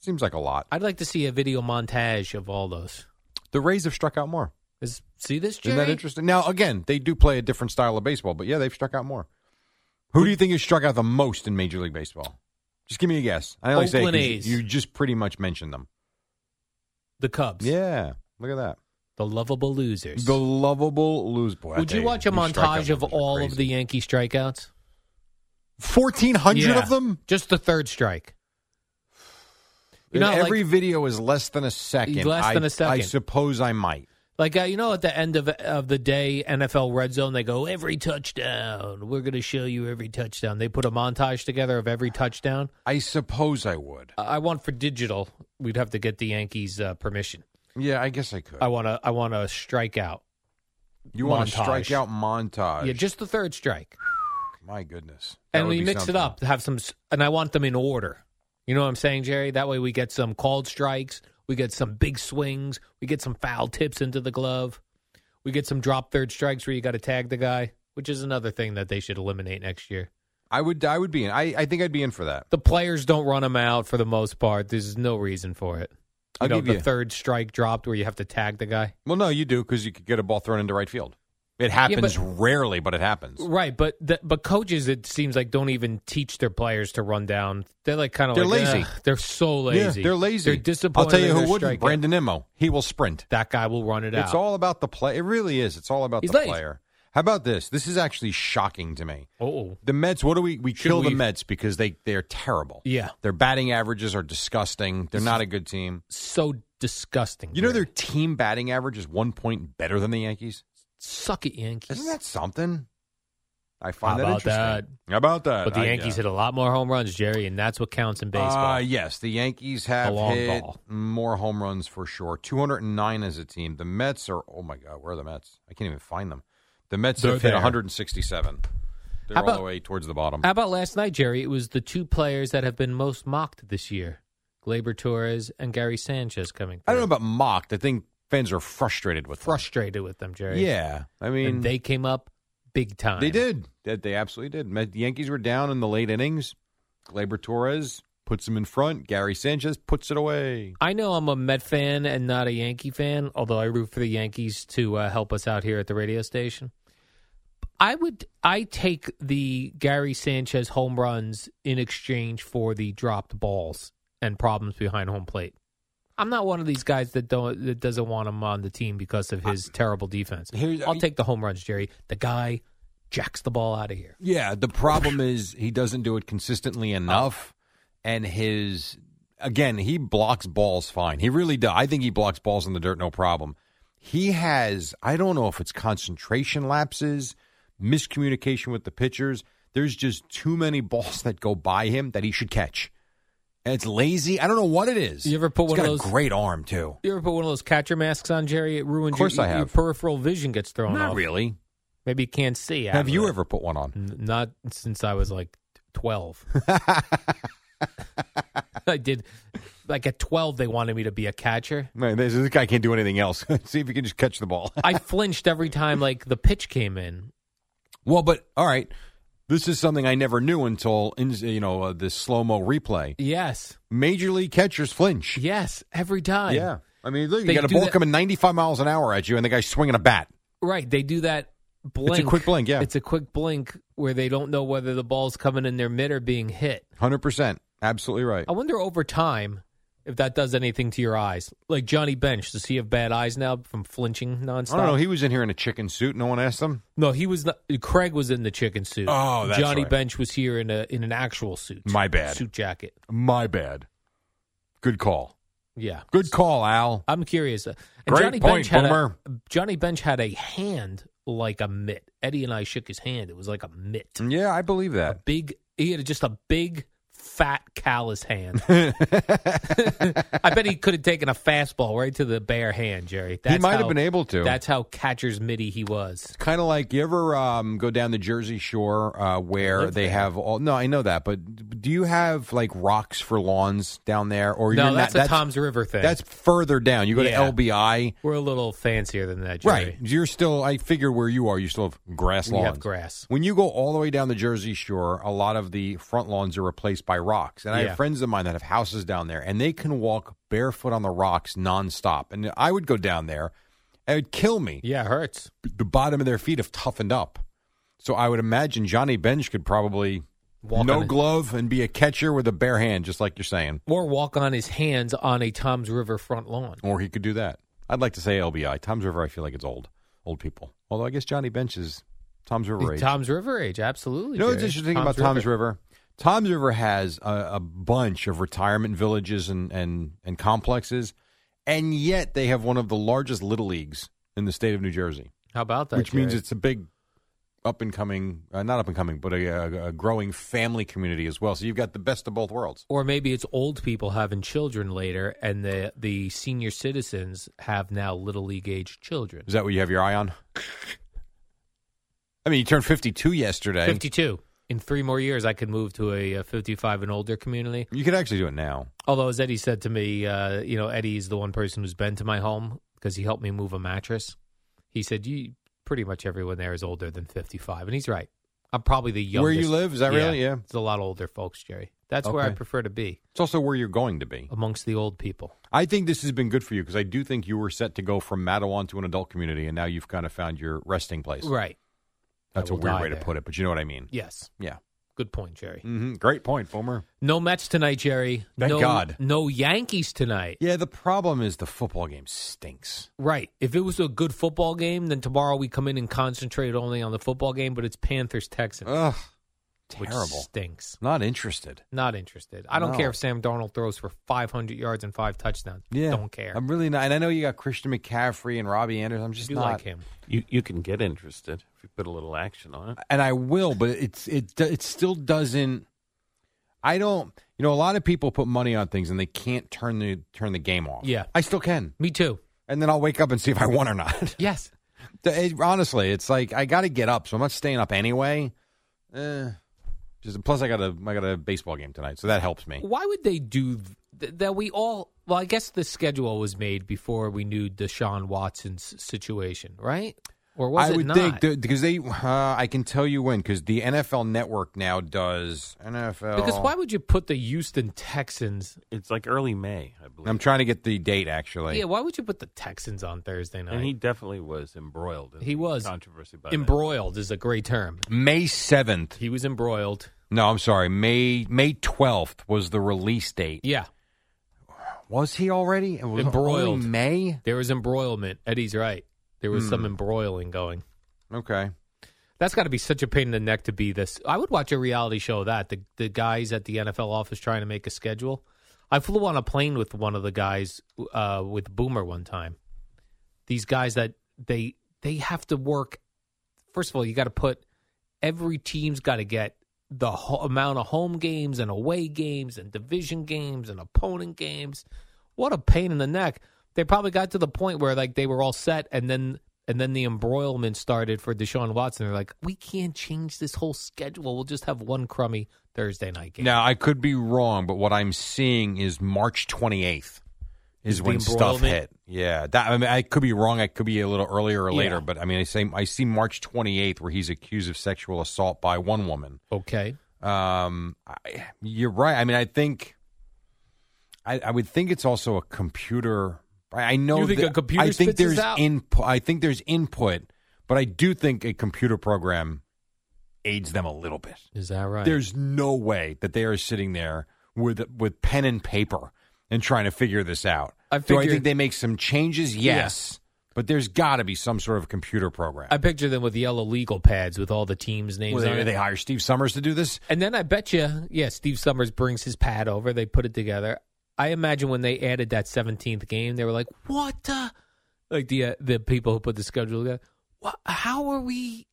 S3: Seems like a lot.
S2: I'd like to see a video montage of all those.
S3: The Rays have struck out more.
S2: Is, see this, Jerry?
S3: Isn't that interesting? Now, again, they do play a different style of baseball, but yeah, they've struck out more. Who do you think has struck out the most in Major League Baseball? Just give me a guess. I only say it
S2: Oakland
S3: 'cause
S2: A's.
S3: you just pretty much mentioned them.
S2: The Cubs.
S3: Yeah, look at that.
S2: The lovable losers.
S3: The lovable lose boy.
S2: Would you
S3: They-
S2: watch a
S3: these
S2: montage
S3: strikeout
S2: of
S3: numbers are
S2: all of
S3: crazy.
S2: the Yankee strikeouts?
S3: Fourteen hundred
S2: Yeah.
S3: of them.
S2: Just the third strike. You
S3: And
S2: know, like-
S3: every video is less than a second.
S2: Less
S3: I-
S2: than a second.
S3: I suppose I might.
S2: Like uh, you know, at the end of of the day, NFL Red Zone, they go every touchdown. We're going to show you every touchdown. They put a montage together of every touchdown.
S3: I suppose I would.
S2: I I want for digital. We'd have to get the Yankees' uh, permission.
S3: Yeah, I guess I could.
S2: I want to. I want to strike out.
S3: you want a
S2: montage.
S3: strikeout montage?
S2: Yeah, just the third strike,
S3: my goodness. That
S2: and
S3: would
S2: we
S3: be
S2: mix
S3: something.
S2: it up. Have some, s- and I want them in order. You know what I'm saying, Jerry? That way we get some called strikes, We get some big swings. We get some foul tips into the glove. We get some drop third strikes where you got to tag the guy, which is another thing that they should eliminate next year.
S3: I would I would be in. I, I think I'd be in for that.
S2: The players don't run them out for the most part. There's no reason for it.
S3: I'll
S2: know,
S3: give
S2: the
S3: you-
S2: third strike dropped where you have to tag the guy.
S3: Well, no, you do because you could get a ball thrown into right field. It happens rarely, but it happens.
S2: Right, but the, but coaches it seems like don't even teach their players to run down. They're like kind of
S3: They're
S2: like,
S3: lazy.
S2: "Ugh, they're so lazy.
S3: Yeah, they're lazy.
S2: They're disappointed.
S3: I'll tell you
S2: they're
S3: who wouldn't.
S2: striking.
S3: Brandon Nimmo. He will sprint.
S2: That guy will run it out.
S3: It's all about the play. It really is. It's all about
S2: He's
S3: the
S2: lazy.
S3: player. How about this? This is actually shocking to me.
S2: Oh,
S3: The Mets. What do we? We
S2: Should
S3: kill
S2: we-
S3: the Mets because they they are terrible.
S2: Yeah.
S3: Their batting averages are disgusting. They're not a good team.
S2: so disgusting.
S3: You know
S2: Jerry.
S3: their team batting average is one point better than the Yankees.
S2: suck at Yankees.
S3: Isn't that something? I find
S2: How
S3: that
S2: about
S3: interesting. How about that?
S2: but the
S3: I-
S2: Yankees
S3: yeah.
S2: hit a lot more home runs, Jerry, and that's what counts in baseball.
S3: Uh, yes, the Yankees have
S2: long
S3: hit
S2: ball.
S3: more home runs for sure. 209 as a team. The Mets are oh my god, where are the Mets? I can't even find them. The Mets
S2: They're
S3: have
S2: there.
S3: hit 167. They're
S2: How
S3: all
S2: about-
S3: the way towards the bottom.
S2: How about last night, Jerry? It was the two players that have been most mocked this year: Glaber Torres and Gary Sanchez coming.
S3: I don't know
S2: through.
S3: about mocked. I think fans are frustrated with them.
S2: frustrated with them, Jerry.
S3: Yeah, I mean
S2: and they came up big time.
S3: They did. They, they absolutely did. Met- The Yankees were down in the late innings. Glaber Torres puts them in front. Gary Sanchez puts it away.
S2: I know I'm a Met fan and not a Yankee fan, although I root for the Yankees to uh, help us out here at the radio station. I would I take the Gary Sanchez home runs in exchange for the dropped balls and problems behind home plate. I'm not one of these guys that don't that doesn't want him on the team because of his terrible defense.
S3: Here's-
S2: I'll take the home runs, Jerry. The guy jacks the ball out of here.
S3: Yeah, the problem is he doesn't do it consistently enough, and his again he blocks balls fine. He really does. I think he blocks balls in the dirt, no problem. He has I don't know if it's concentration lapses, miscommunication with the pitchers. There's just too many balls that go by him that he should catch. And it's lazy. I don't know what it is.
S2: You ever put
S3: He's
S2: one of
S3: got
S2: those-
S3: a great arm too.
S2: You ever put one of those catcher masks on, Jerry? It ruins
S3: Of course
S2: your,
S3: I
S2: your
S3: have.
S2: peripheral vision gets thrown
S3: Not
S2: off.
S3: really.
S2: Maybe you can't see. out
S3: Have
S2: of
S3: you
S2: it.
S3: ever put one on?
S2: N- Not since I was like 12. I did. Like at 12, they wanted me to be a catcher.
S3: Man, this, this guy can't do anything else. See if you can just catch the ball.
S2: I flinched every time like the pitch came in.
S3: Well, but all right, this is something I never knew until in, you know uh, this slow mo replay.
S2: Yes.
S3: Major league catchers flinch.
S2: Yes. Every time.
S3: yeah. I mean, look,
S2: They
S3: you got a
S2: do
S3: ball
S2: that-
S3: coming 95 miles an hour at you, and the guy's swinging a bat.
S2: Right. They do that blink.
S3: quick blink, yeah.
S2: It's a quick blink where they don't know whether the ball's coming in their mid or being hit.
S3: Hundred percent, absolutely right.
S2: I wonder over time if that does anything to your eyes. Like Johnny Bench, does he have bad eyes now from flinching nonstop?
S3: I don't know. He was in here in a chicken suit. No one asked him.
S2: No, he was not. Craig was in the chicken suit.
S3: Oh, that's
S2: Johnny
S3: right.
S2: Bench was here in a in an actual suit.
S3: My bad.
S2: Suit jacket.
S3: My bad. Good call.
S2: Yeah,
S3: Good call, Al.
S2: I'm curious. uh, And
S3: Great
S2: Johnny
S3: point,
S2: Bench had
S3: Boomer.
S2: A, Johnny Bench had a hand like a mitt. Eddie and I shook his hand. It was like a mitt.
S3: Yeah, I believe
S2: A
S3: that.
S2: big. He had just a big, fat, callous hand. I bet he could have taken a fastball right to the bare hand, Jerry. That's
S3: he might
S2: how-
S3: have been able to.
S2: That's how catcher's mitty he was.
S3: kind of like you ever um, go down the Jersey Shore uh, where
S2: live
S3: they have all. No, I know that, but do you have like rocks for lawns down there, or
S2: no,
S3: you're
S2: that's,
S3: not,
S2: a Tom's River thing.
S3: That's further down. You go
S2: Yeah.
S3: to LBI,
S2: we're a little fancier than that, Jerry.
S3: right? You're still. I figure where you are, you still have grass
S2: We
S3: lawns.
S2: have grass.
S3: When you go all the way down the Jersey Shore, a lot of the front lawns are replaced by rocks. And I
S2: Yeah.
S3: have friends of mine that have houses down there, and they can walk barefoot on the rocks nonstop. And I would go down there, and it would kill me.
S2: Yeah, it hurts.
S3: the bottom of their feet have toughened up. So I would imagine Johnny Bench could probably
S2: Walk
S3: no
S2: on it.
S3: glove and be a catcher with a bare hand, just like you're saying.
S2: Or walk on his hands on a Tom's River front lawn.
S3: Or he could do that. I'd like to say LBI. Tom's River, I feel like it's old, old people. Although I guess Johnny Bench is Tom's River age.
S2: Tom's River age, absolutely.
S3: you know what's
S2: Jerry.
S3: interesting about Tom's River? Tom's River has a, a bunch of retirement villages and, and, and complexes, and yet they have one of the largest little leagues in the state of New Jersey.
S2: How about that?
S3: which means
S2: Jerry?
S3: it's a big up and coming, uh, not up and coming, but a, a, a growing family community as well. So you've got the best of both worlds.
S2: or maybe it's old people having children later, and the the senior citizens have now little league age children.
S3: Is that what you have your eye on? I mean, you turned 52 yesterday.
S2: Fifty two in three more years, I could move to a, uh 55 and older community.
S3: You could actually do it now.
S2: Although, as Eddie said to me, uh, you know, Eddie is the one person who's been to my home because he helped me move a mattress. He said, "You pretty much everyone there is older than 55," and he's right. I'm probably the youngest.
S3: Where you live, is that really? Yeah.
S2: it's a lot older folks, Jerry. That's where I
S3: Okay.
S2: prefer to be
S3: It's also where you're going to be.
S2: amongst the old people.
S3: I think this has been good for you because I do think you were set to go from Mattawan to an adult community, and now you've kind of found your resting place.
S2: Right.
S3: That's
S2: I
S3: a
S2: will
S3: weird
S2: die
S3: way to
S2: there.
S3: put it, but you know what I mean.
S2: Yes.
S3: Yeah.
S2: Good point, Jerry.
S3: hmm Great point, Boomer.
S2: No Mets tonight, Jerry.
S3: Thank
S2: no,
S3: God.
S2: No Yankees tonight.
S3: Yeah, the problem is the football game stinks.
S2: Right. If it was a good football game, then tomorrow we come in and concentrate only on the football game. But it's Panthers Texans,
S3: Ugh.
S2: which
S3: Terrible.
S2: stinks.
S3: Not interested.
S2: Not interested. I don't
S3: No.
S2: care if Sam Darnold throws for 500 yards and five touchdowns. Don't care.
S3: I'm really not. And I know you got Christian McCaffrey and Robbie Anderson. I'm just
S2: you
S3: not.
S2: like him.
S7: You you can get interested if you put a little action on it.
S3: and I will, but it's it it still doesn't. I don't. You know, a lot of people put money on things and they can't turn the turn the game off.
S2: Yeah.
S3: I still can,
S2: Me too.
S3: and then I'll wake up and see if I won or not.
S2: Yes.
S3: It- honestly, it's like I got to get up, so I'm not staying up anyway. Eh, just plus, I got a I got a baseball game tonight, so that helps me.
S2: Why would they do th- that? We all. Well, I guess the schedule was made before we knew Deshaun Watson's situation, right? Or was
S3: I
S2: it
S3: would
S2: not?
S3: think that- because they. Uh, I can tell you when because the NFL Network now does NFL.
S2: because why would you put the Houston Texans?
S7: It's like early May, I believe.
S3: I'm trying to get the date actually.
S2: yeah, why would you put the Texans on Thursday night?
S7: and he definitely was embroiled. In
S2: He
S7: the
S2: was
S7: controversy by that.
S2: embroiled is a great term.
S3: May seventh.
S2: He was embroiled.
S3: No, I'm sorry. May May 12th was the release date.
S2: Yeah,
S3: Was he already it was
S2: Embroiled.
S3: only May?
S2: there was embroilment. Eddie's right. There was some
S3: Hmm.
S2: embroiling going.
S3: Okay.
S2: That's got to be such a pain in the neck to be this. I would watch a reality show of that the the guys at the NFL office trying to make a schedule. I flew on a plane with one of the guys uh, with Boomer one time. These guys that they they have to work. First of all, you got to put every team's got to get the ho- amount of home games and away games and division games and opponent games. What a pain in the neck. They probably got to the point where like they were all set and then and then the embroilment started for Deshaun Watson. They're like, "We can't change this whole schedule. We'll just have one crummy Thursday night game."
S3: Now I could be wrong, but what I'm seeing is March 28th is
S2: the
S3: when stuff
S2: embroilment-
S3: hit. Yeah, that I mean I could be wrong. I could be a little earlier or later,
S2: Yeah.
S3: but I mean I say I see March 28th where he's accused of sexual assault by one woman.
S2: Okay.
S3: Um, I, you're right. I mean, I think I, I would think it's also a computer. I I know
S2: You think
S3: that-
S2: a computer
S3: I think
S2: spits this
S3: there's
S2: out?
S3: input. I think there's input, but I do think a computer program aids them a little bit.
S2: Is that right?
S3: There's no way that they are sitting there with with pen and paper and trying to figure this out.
S2: I
S3: do I
S2: figured-
S3: think they make some changes? Yes, but there's got to be some sort of computer program.
S2: I picture them with yellow legal pads with all the teams' names
S3: Well,
S2: on
S3: they,
S2: it.
S3: they hire Steve Summers to do this.
S2: And then I bet you, yeah, Steve Summers brings his pad over. They put it together. I imagine when they added that 17th game, they were like, "What the?" Like the uh, the people who put the schedule together. What, how are we?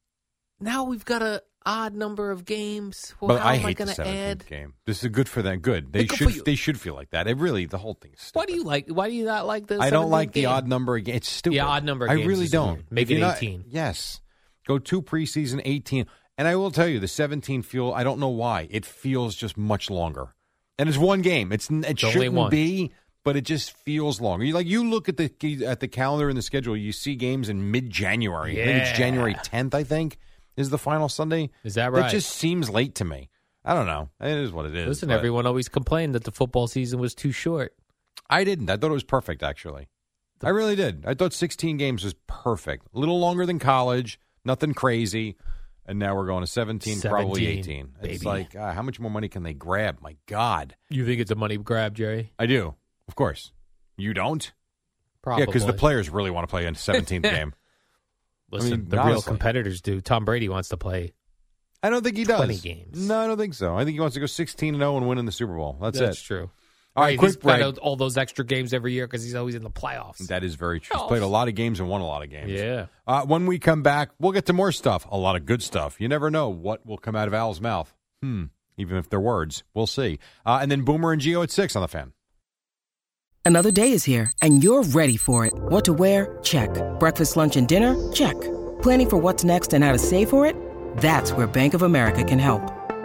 S2: Now we've got a odd number of games. Well,
S3: But
S2: how
S3: I
S2: am I
S3: hate
S2: going
S3: the
S2: to
S3: 17th
S2: add?
S3: game. This is good for them. Good. They
S2: Good for you.
S3: should. They should feel like that. It really. The whole thing. Is
S2: Why do you like? Why do you not like the?
S3: stupid. I don't
S2: 17th
S3: like the
S2: game?
S3: odd number again. It's stupid.
S2: Yeah, odd number
S3: I
S2: games
S3: really
S2: is
S3: don't.
S2: weird. Make
S3: If
S2: it
S3: you're not-
S2: 18.
S3: yes. Go two preseason eighteen, and I will tell you the seventeen feel. I don't know why it feels just much longer, and it's one game. It's n- it
S2: only
S3: shouldn't
S2: one.
S3: be, but it just feels longer. You like you look at the at the calendar and the schedule. You see games in mid January. I think
S2: Yeah.
S3: it's January tenth. I think is the final Sunday.
S2: Is that right?
S3: That just seems late to me. I don't know. It is what it is.
S2: Listen,
S3: but-
S2: everyone always complained that the football season was too short.
S3: I didn't. I thought it was perfect, actually. I really did. I thought 16 games was perfect. A little longer than college, nothing crazy. And now we're going to 17, probably
S2: 17,
S3: 18. It's
S2: baby.
S3: like, uh, how much more money can they grab? My God.
S2: You think it's a money grab, Jerry?
S3: I do. Of course. You don't?
S2: Probably.
S3: Yeah, because the players really want to play in 17th game.
S2: Listen,
S3: mean,
S2: the real
S3: honestly.
S2: competitors do. Tom Brady wants to play.
S3: I don't think he does.
S2: 20 games.
S3: No, I don't think so. I think he wants to go 16 0 and win in the Super Bowl. That's, it.
S2: true.
S3: All
S2: Right,
S3: right,
S2: he's
S3: quick
S2: got
S3: break.
S2: out all those extra games every year because he's always in the playoffs.
S3: That is very true. He's played a lot of games and won a lot of games.
S2: Oh. yeah.
S3: Uh, when we come back, we'll get to more stuff, a lot of good stuff. You never know what will come out of Al's mouth. Hmm. Even if they're words, we'll see. Uh, and then Boomer and Geo at six on the fan.
S8: Another day is here, and you're ready for it. What to wear? Check. Breakfast, lunch, and dinner? Check. Planning for what's next and how to save for it? That's where Bank of America can help.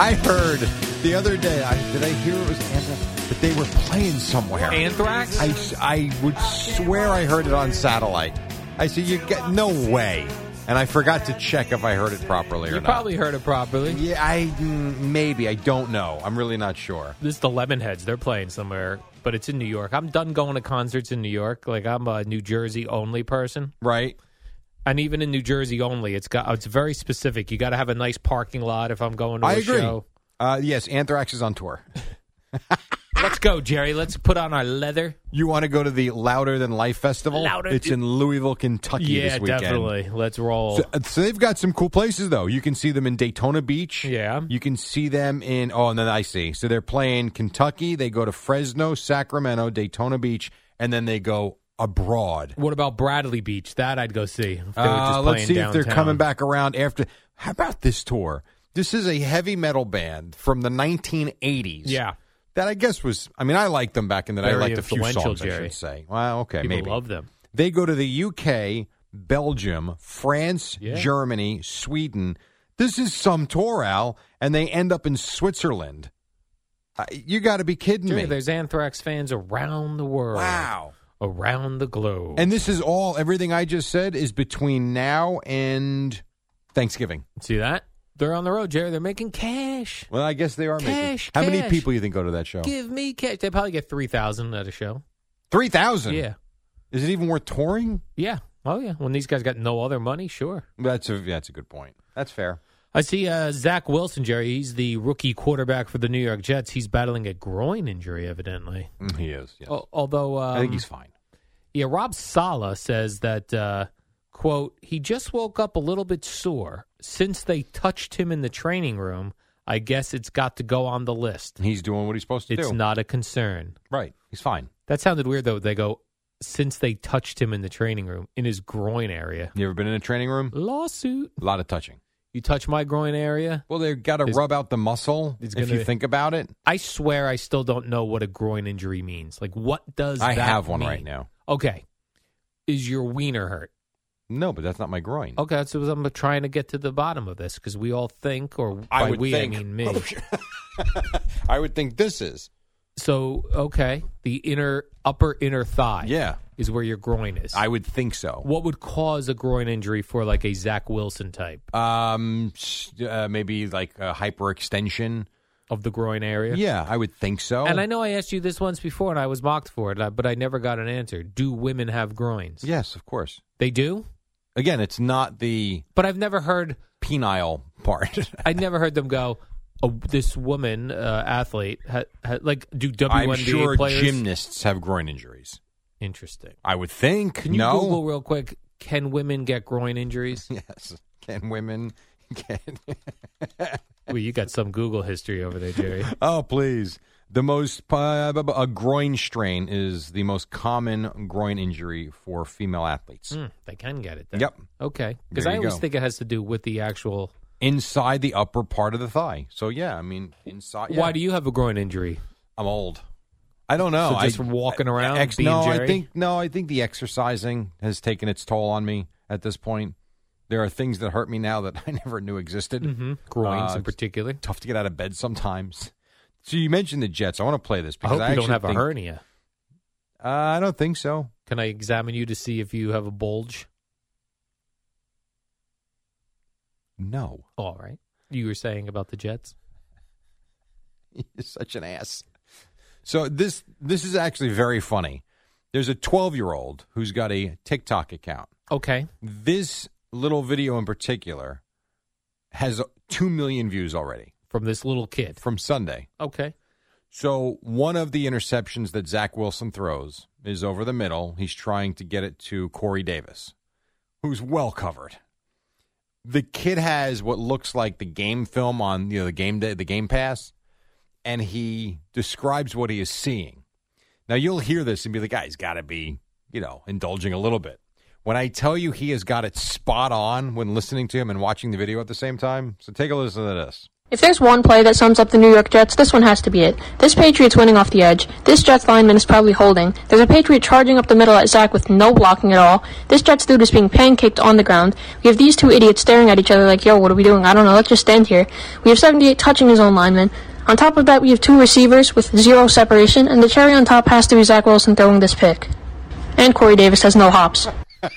S3: I heard the other day. I, did I hear it was anthrax? But they were playing somewhere.
S2: Anthrax?
S3: I, I would swear I heard it on satellite. I said, "You got no way," and I forgot to check if I heard it properly or
S2: You
S3: not.
S2: probably heard it properly.
S3: Yeah, I mm, maybe I don't know. I'm really not sure.
S2: This is the Lemonheads. They're playing somewhere, but it's in New York. I'm done going to concerts in New York. Like I'm a New Jersey only person,
S3: Right?
S2: and even in New Jersey only, it's got it's very specific. You got to have a nice parking lot if I'm going to a
S3: I agree.
S2: show.
S3: Uh, yes, Anthrax is on tour.
S2: Let's go, Jerry. Let's put on our leather.
S3: You want to go to the Louder Than Life Festival?
S2: Louder-
S3: It's in Louisville, Kentucky
S2: yeah,
S3: this weekend.
S2: definitely. Let's roll.
S3: So, uh, so they've got some cool places though. You can see them in Daytona Beach.
S2: Yeah.
S3: You can see them in oh, and then I see. So they're playing Kentucky. They go to Fresno, Sacramento, Daytona Beach, and then they go abroad.
S2: what about Bradley Beach? That I'd go see. If they were
S3: Uh,
S2: just
S3: let's
S2: playing
S3: see if they're
S2: downtown.
S3: coming back around after. How about this tour? This is a heavy metal band from the 1980s.
S2: Yeah,
S3: That I guess was. I mean, I liked them back in the day. I
S2: Very
S3: liked a few
S2: influential,
S3: songs. I
S2: Jerry.
S3: should say. Well, okay,
S2: people
S3: maybe
S2: love them.
S3: they go to the UK, Belgium, France,
S2: Yeah.
S3: Germany, Sweden. This is some tour, Al, and they end up in Switzerland. Uh, you got to be kidding
S2: Jerry,
S3: me!
S2: there's Anthrax fans around the world.
S3: wow.
S2: around the globe.
S3: And this is all. Everything I just said is between now and Thanksgiving.
S2: see that they're on the road, Jerry. They're making cash.
S3: Well, I guess they are
S2: Cash,
S3: making. How many
S2: cash.
S3: people you think go to that show?
S2: Give me cash. They probably get three thousand at a show.
S3: Three thousand.
S2: Yeah,
S3: Is it even worth touring?
S2: yeah. Oh yeah. When these guys got no other money, sure.
S3: That's a that's a good point. That's fair.
S2: I see uh, Zach Wilson, Jerry. He's the rookie quarterback for the New York Jets. He's battling a groin injury, evidently.
S3: Mm, He is. Yes.
S2: Al- although um,
S3: I think he's fine.
S2: Yeah, Rob Sala says that uh, quote, he just woke up a little bit sore. Since they touched him in the training room, I guess it's got to go on the list.
S3: He's doing what he's supposed to
S2: It's
S3: do.
S2: not a concern.
S3: right. He's fine.
S2: That sounded weird though. They go, since they touched him in the training room, in his groin area.
S3: You ever been in a training room?
S2: Lawsuit.
S3: A lot of touching.
S2: You touch my groin area.
S3: Well, they've got to
S2: Is-
S3: rub out the muscle.
S2: It's
S3: if
S2: gonna-
S3: you think about it,
S2: I swear I still don't know what a groin injury means. Like what does
S3: I
S2: that
S3: have one
S2: mean?
S3: right now.
S2: Okay. Is your wiener hurt?
S3: No, but that's not my groin.
S2: Okay, that's what I'm trying to get to the bottom of this because we all think, or by
S3: I would
S2: we
S3: think. Oh,
S2: I mean me.
S3: I would think this is.
S2: so okay, the inner upper inner thigh,
S3: Yeah.
S2: is where your groin is.
S3: I would think so.
S2: what would cause a groin injury for like a Zach Wilson type
S3: Um, s- uh, maybe like a hyperextension.
S2: of the groin area?
S3: Yeah, oh. I would think so.
S2: And I know I asked you this once before, and I was mocked for it, uh, but I never got an answer. Do women have groins?
S3: Yes, of course.
S2: They do,
S3: Again, it's not the
S2: but I've never heard.
S3: penile part.
S2: I never heard them go. Oh, this woman uh, athlete, ha, ha, like do WNBA
S3: I'm sure
S2: players?
S3: gymnasts have groin injuries.
S2: Interesting.
S3: I would think.
S2: Can you
S3: no.
S2: Google real quick? Can women get groin injuries?
S3: Yes. Can women get?
S2: well, you got some Google history over there, Jerry.
S3: oh, please. The most uh, bu- bu- a groin strain is the most common groin injury for female athletes.
S2: Hmm, they can get it. Then.
S3: Yep.
S2: Okay. Because
S3: There
S2: I
S3: you
S2: always
S3: go.
S2: think it has to do with the actual.
S3: Inside the upper part of the thigh. So yeah, I mean inside.
S2: Why do you have a groin injury?
S3: I'm old. I don't know.
S2: So just
S3: I,
S2: from walking around,
S3: Ex-
S2: being
S3: no, I
S2: Jerry?
S3: think no, I think the exercising has taken its toll on me at this point. There are things that hurt me now that I never knew existed.
S2: hmm Groins
S3: Uh,
S2: in particular.
S3: Tough to get out of bed sometimes. So you mentioned the Jets. I want to play this
S2: I
S3: because
S2: hope you don't
S3: actually
S2: have a
S3: think-
S2: hernia.
S3: Uh, I don't think so.
S2: Can I examine you to see if you have a bulge?
S3: No.
S2: All right. You were saying about the Jets.
S3: You're such an ass. So this this is actually very funny. There's a 12 year old who's got a TikTok account.
S2: Okay.
S3: This little video in particular has two million views already
S2: From this little kid.
S3: from Sunday.
S2: Okay.
S3: So one of the interceptions that Zach Wilson throws is over the middle. He's trying to get it to Corey Davis, who's well covered. the kid has what looks like the game film on you know the game day, the game pass, and he describes what he is seeing. Now you'll hear this and be like, "Guy's got to be you know indulging a little bit." When I tell you he has got it spot on when listening to him and watching the video at the same time, so take a listen to this.
S9: If there's one play that sums up the New York Jets, this one has to be it. This Patriot's winning off the edge. This Jets lineman is probably holding. There's a Patriot charging up the middle at Zach with no blocking at all. This Jets dude is being pancaked on the ground. We have these two idiots staring at each other like, yo, what are we doing? I don't know, let's just stand here. We have 78 touching his own lineman. On top of that, we have two receivers with zero separation, and the cherry on top has to be Zach Wilson throwing this pick. And Corey Davis has no hops.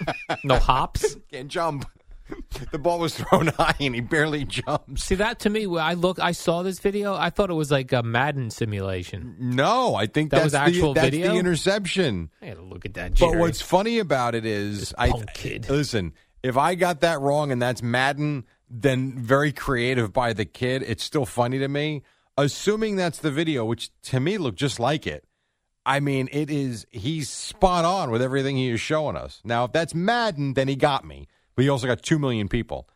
S2: No hops.
S3: Can't jump. The ball was thrown high and he barely jumps.
S2: See that to me? when I look. I saw this video. I thought it was like a Madden simulation.
S3: No, I think
S2: That
S3: that's
S2: was actual
S3: the, that's
S2: video?
S3: the interception.
S2: I had to look at that. Jerry.
S3: But what's funny about it is, I
S2: punk kid.
S3: listen. If I got that wrong and that's Madden, then very creative by the kid. It's still funny to me. Assuming that's the video, which to me looked just like it. I mean, it is. He's spot on with everything he is showing us. Now, if that's Madden, then he got me. But he also got two million people.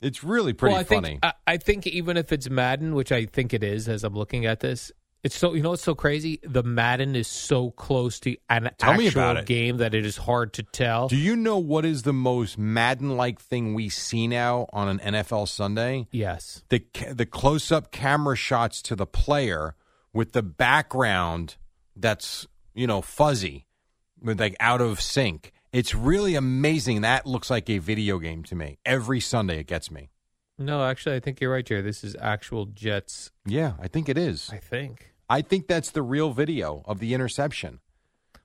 S3: It's really pretty
S2: well, I
S3: funny.
S2: Think, I, I think even if it's Madden, which I think it is, as I'm looking at this, it's so you know what's so crazy. The Madden is so close to an
S3: Tell
S2: actual
S3: me about it.
S2: game that it is hard to tell.
S3: Do you know what is the most Madden-like thing we see now on an NFL Sunday?
S2: yes.
S3: the ca- the close up camera shots to the player with the background that's you know fuzzy with like out of sync. It's really amazing. That looks like a video game to me. Every Sunday it gets me.
S2: No, actually, I think you're right, Jerry. This is actual Jets.
S3: Yeah, I think it is.
S2: I think.
S3: I think that's the real video of the interception.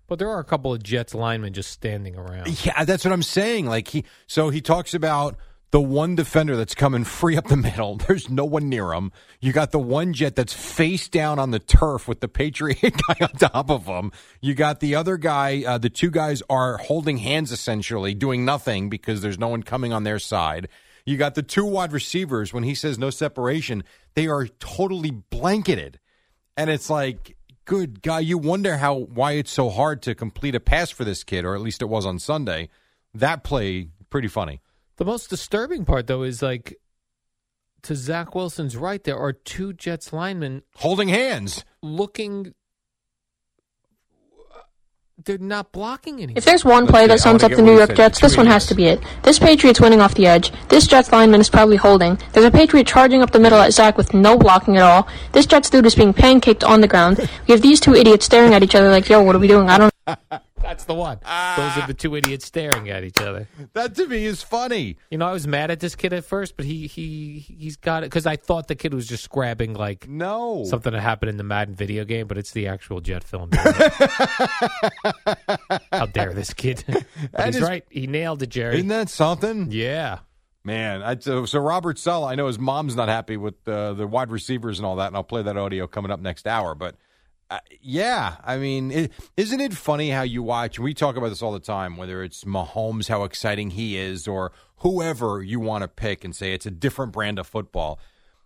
S2: But there are a couple of Jets linemen just standing around.
S3: Yeah, that's what I'm saying. Like he so he talks about the one defender that's coming free up the middle. There's no one near him. You got the one jet that's face down on the turf with the Patriot guy on top of him. You got the other guy, uh, the two guys are holding hands essentially, doing nothing because there's no one coming on their side. You got the two wide receivers when he says no separation, they are totally blanketed. And it's like, good guy, you wonder how why it's so hard to complete a pass for this kid, or at least it was on Sunday. That play pretty funny.
S2: The most disturbing part, though, is like to Zach Wilson's right, there are two Jets linemen
S3: Holding hands.
S2: looking. They're not blocking anything.
S9: If there's one
S3: Let's
S9: play
S3: see, I
S9: that sums
S3: wanna
S9: up
S3: get
S9: the
S3: what
S9: New
S3: you
S9: York
S3: said,
S9: Jets, this one
S3: between
S9: has
S3: us.
S9: to be it. This Patriot's winning off the edge. This Jets lineman is probably holding. There's a Patriot charging up the middle at Zach with no blocking at all. This Jets dude is being pancaked on the ground. We have these two idiots staring at each other like, yo, what are we doing? I don't
S2: That's the one.
S3: Ah.
S2: Those are the two idiots staring at each other.
S3: That to me is funny.
S2: You know, I was mad at this kid at first, but he he he's got it because I thought the kid was just grabbing like
S3: No.
S2: something that happened in the Madden video game, but it's the actual Jet film. How dare this kid? but
S3: That
S2: he's
S3: is-
S2: right. He nailed it, Jerry.
S3: Isn't that something?
S2: yeah.
S3: Man, I, so, so Robert Sala, I know his mom's not happy with uh, the wide receivers and all that, and I'll play that audio coming up next hour. But uh, yeah, I mean, is isn't it funny how you watch? And we talk about this all the time, whether it's Mahomes, how exciting he is, or whoever you want to pick and say it's a different brand of football.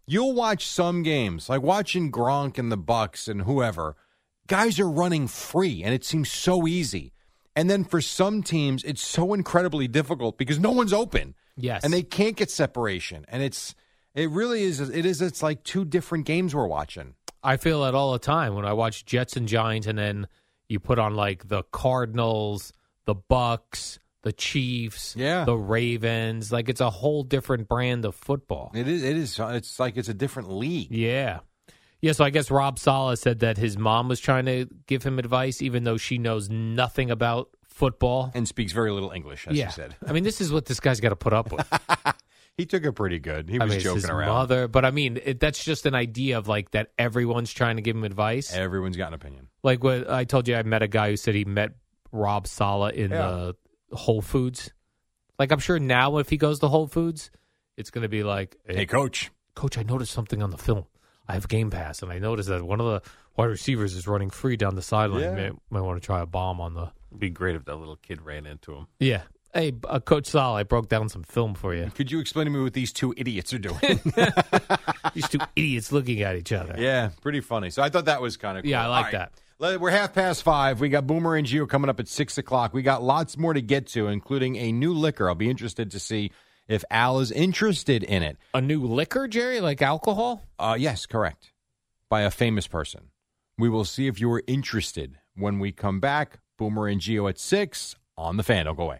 S3: You'll watch some games, like watching Gronk and the Bucks and whoever. Guys are running free, and it seems so easy. And then for some teams, it's so incredibly difficult because no one's open
S2: Yes.
S3: and they can't get separation and it's it really is it is it's like two different games we're watching
S2: I feel that all the time when I watch Jets and Giants, and then you put on like the Cardinals, the Bucks, the Chiefs,
S3: Yeah.
S2: the Ravens. Like it's a whole different brand of football.
S3: it is it is it's like it's a different league
S2: Yeah. Yeah, so I guess Rob Sala said that his mom was trying to give him advice, even though she knows nothing about football.
S3: and speaks very little english as
S2: yeah.
S3: you said
S2: I mean, this is what this guy's got to put up with.
S3: he took it pretty good he
S2: I
S3: was
S2: mean, it's
S3: joking
S2: his
S3: around
S2: mother. But I mean, it, that's just an idea of like that everyone's trying to give him advice.
S3: everyone's got an opinion
S2: Like what I told you, I met a guy who said he met Rob Sala in the Whole Foods. Like I'm sure now, if he goes to Whole Foods, it's going to be like,
S3: hey coach
S2: Coach, I noticed something on the film. I have Game Pass, and I noticed that one of the wide receivers is running free down the sideline.
S3: Yeah.
S2: May- Might, want to try a bomb on the.
S7: It'd be great if that little kid ran into him.
S2: Yeah. Hey, b- uh, Coach Sal, I broke down some film for you.
S3: could you explain to me what these two idiots are doing
S2: These two idiots looking at each other.
S3: yeah pretty funny so i thought that was kind of cool.
S2: Yeah, I like
S3: All
S2: that.
S3: Let- We're half past five. We got Boomer and Geo coming up at six o'clock. We got lots more to get to, including a new liquor. I'll be interested to see if Al is interested in it.
S2: A new liquor, Jerry, like alcohol?
S3: Uh, yes, correct. By a famous person. We will see if you are interested when we come back. Boomer and Geo at six on the fan. Don't go away.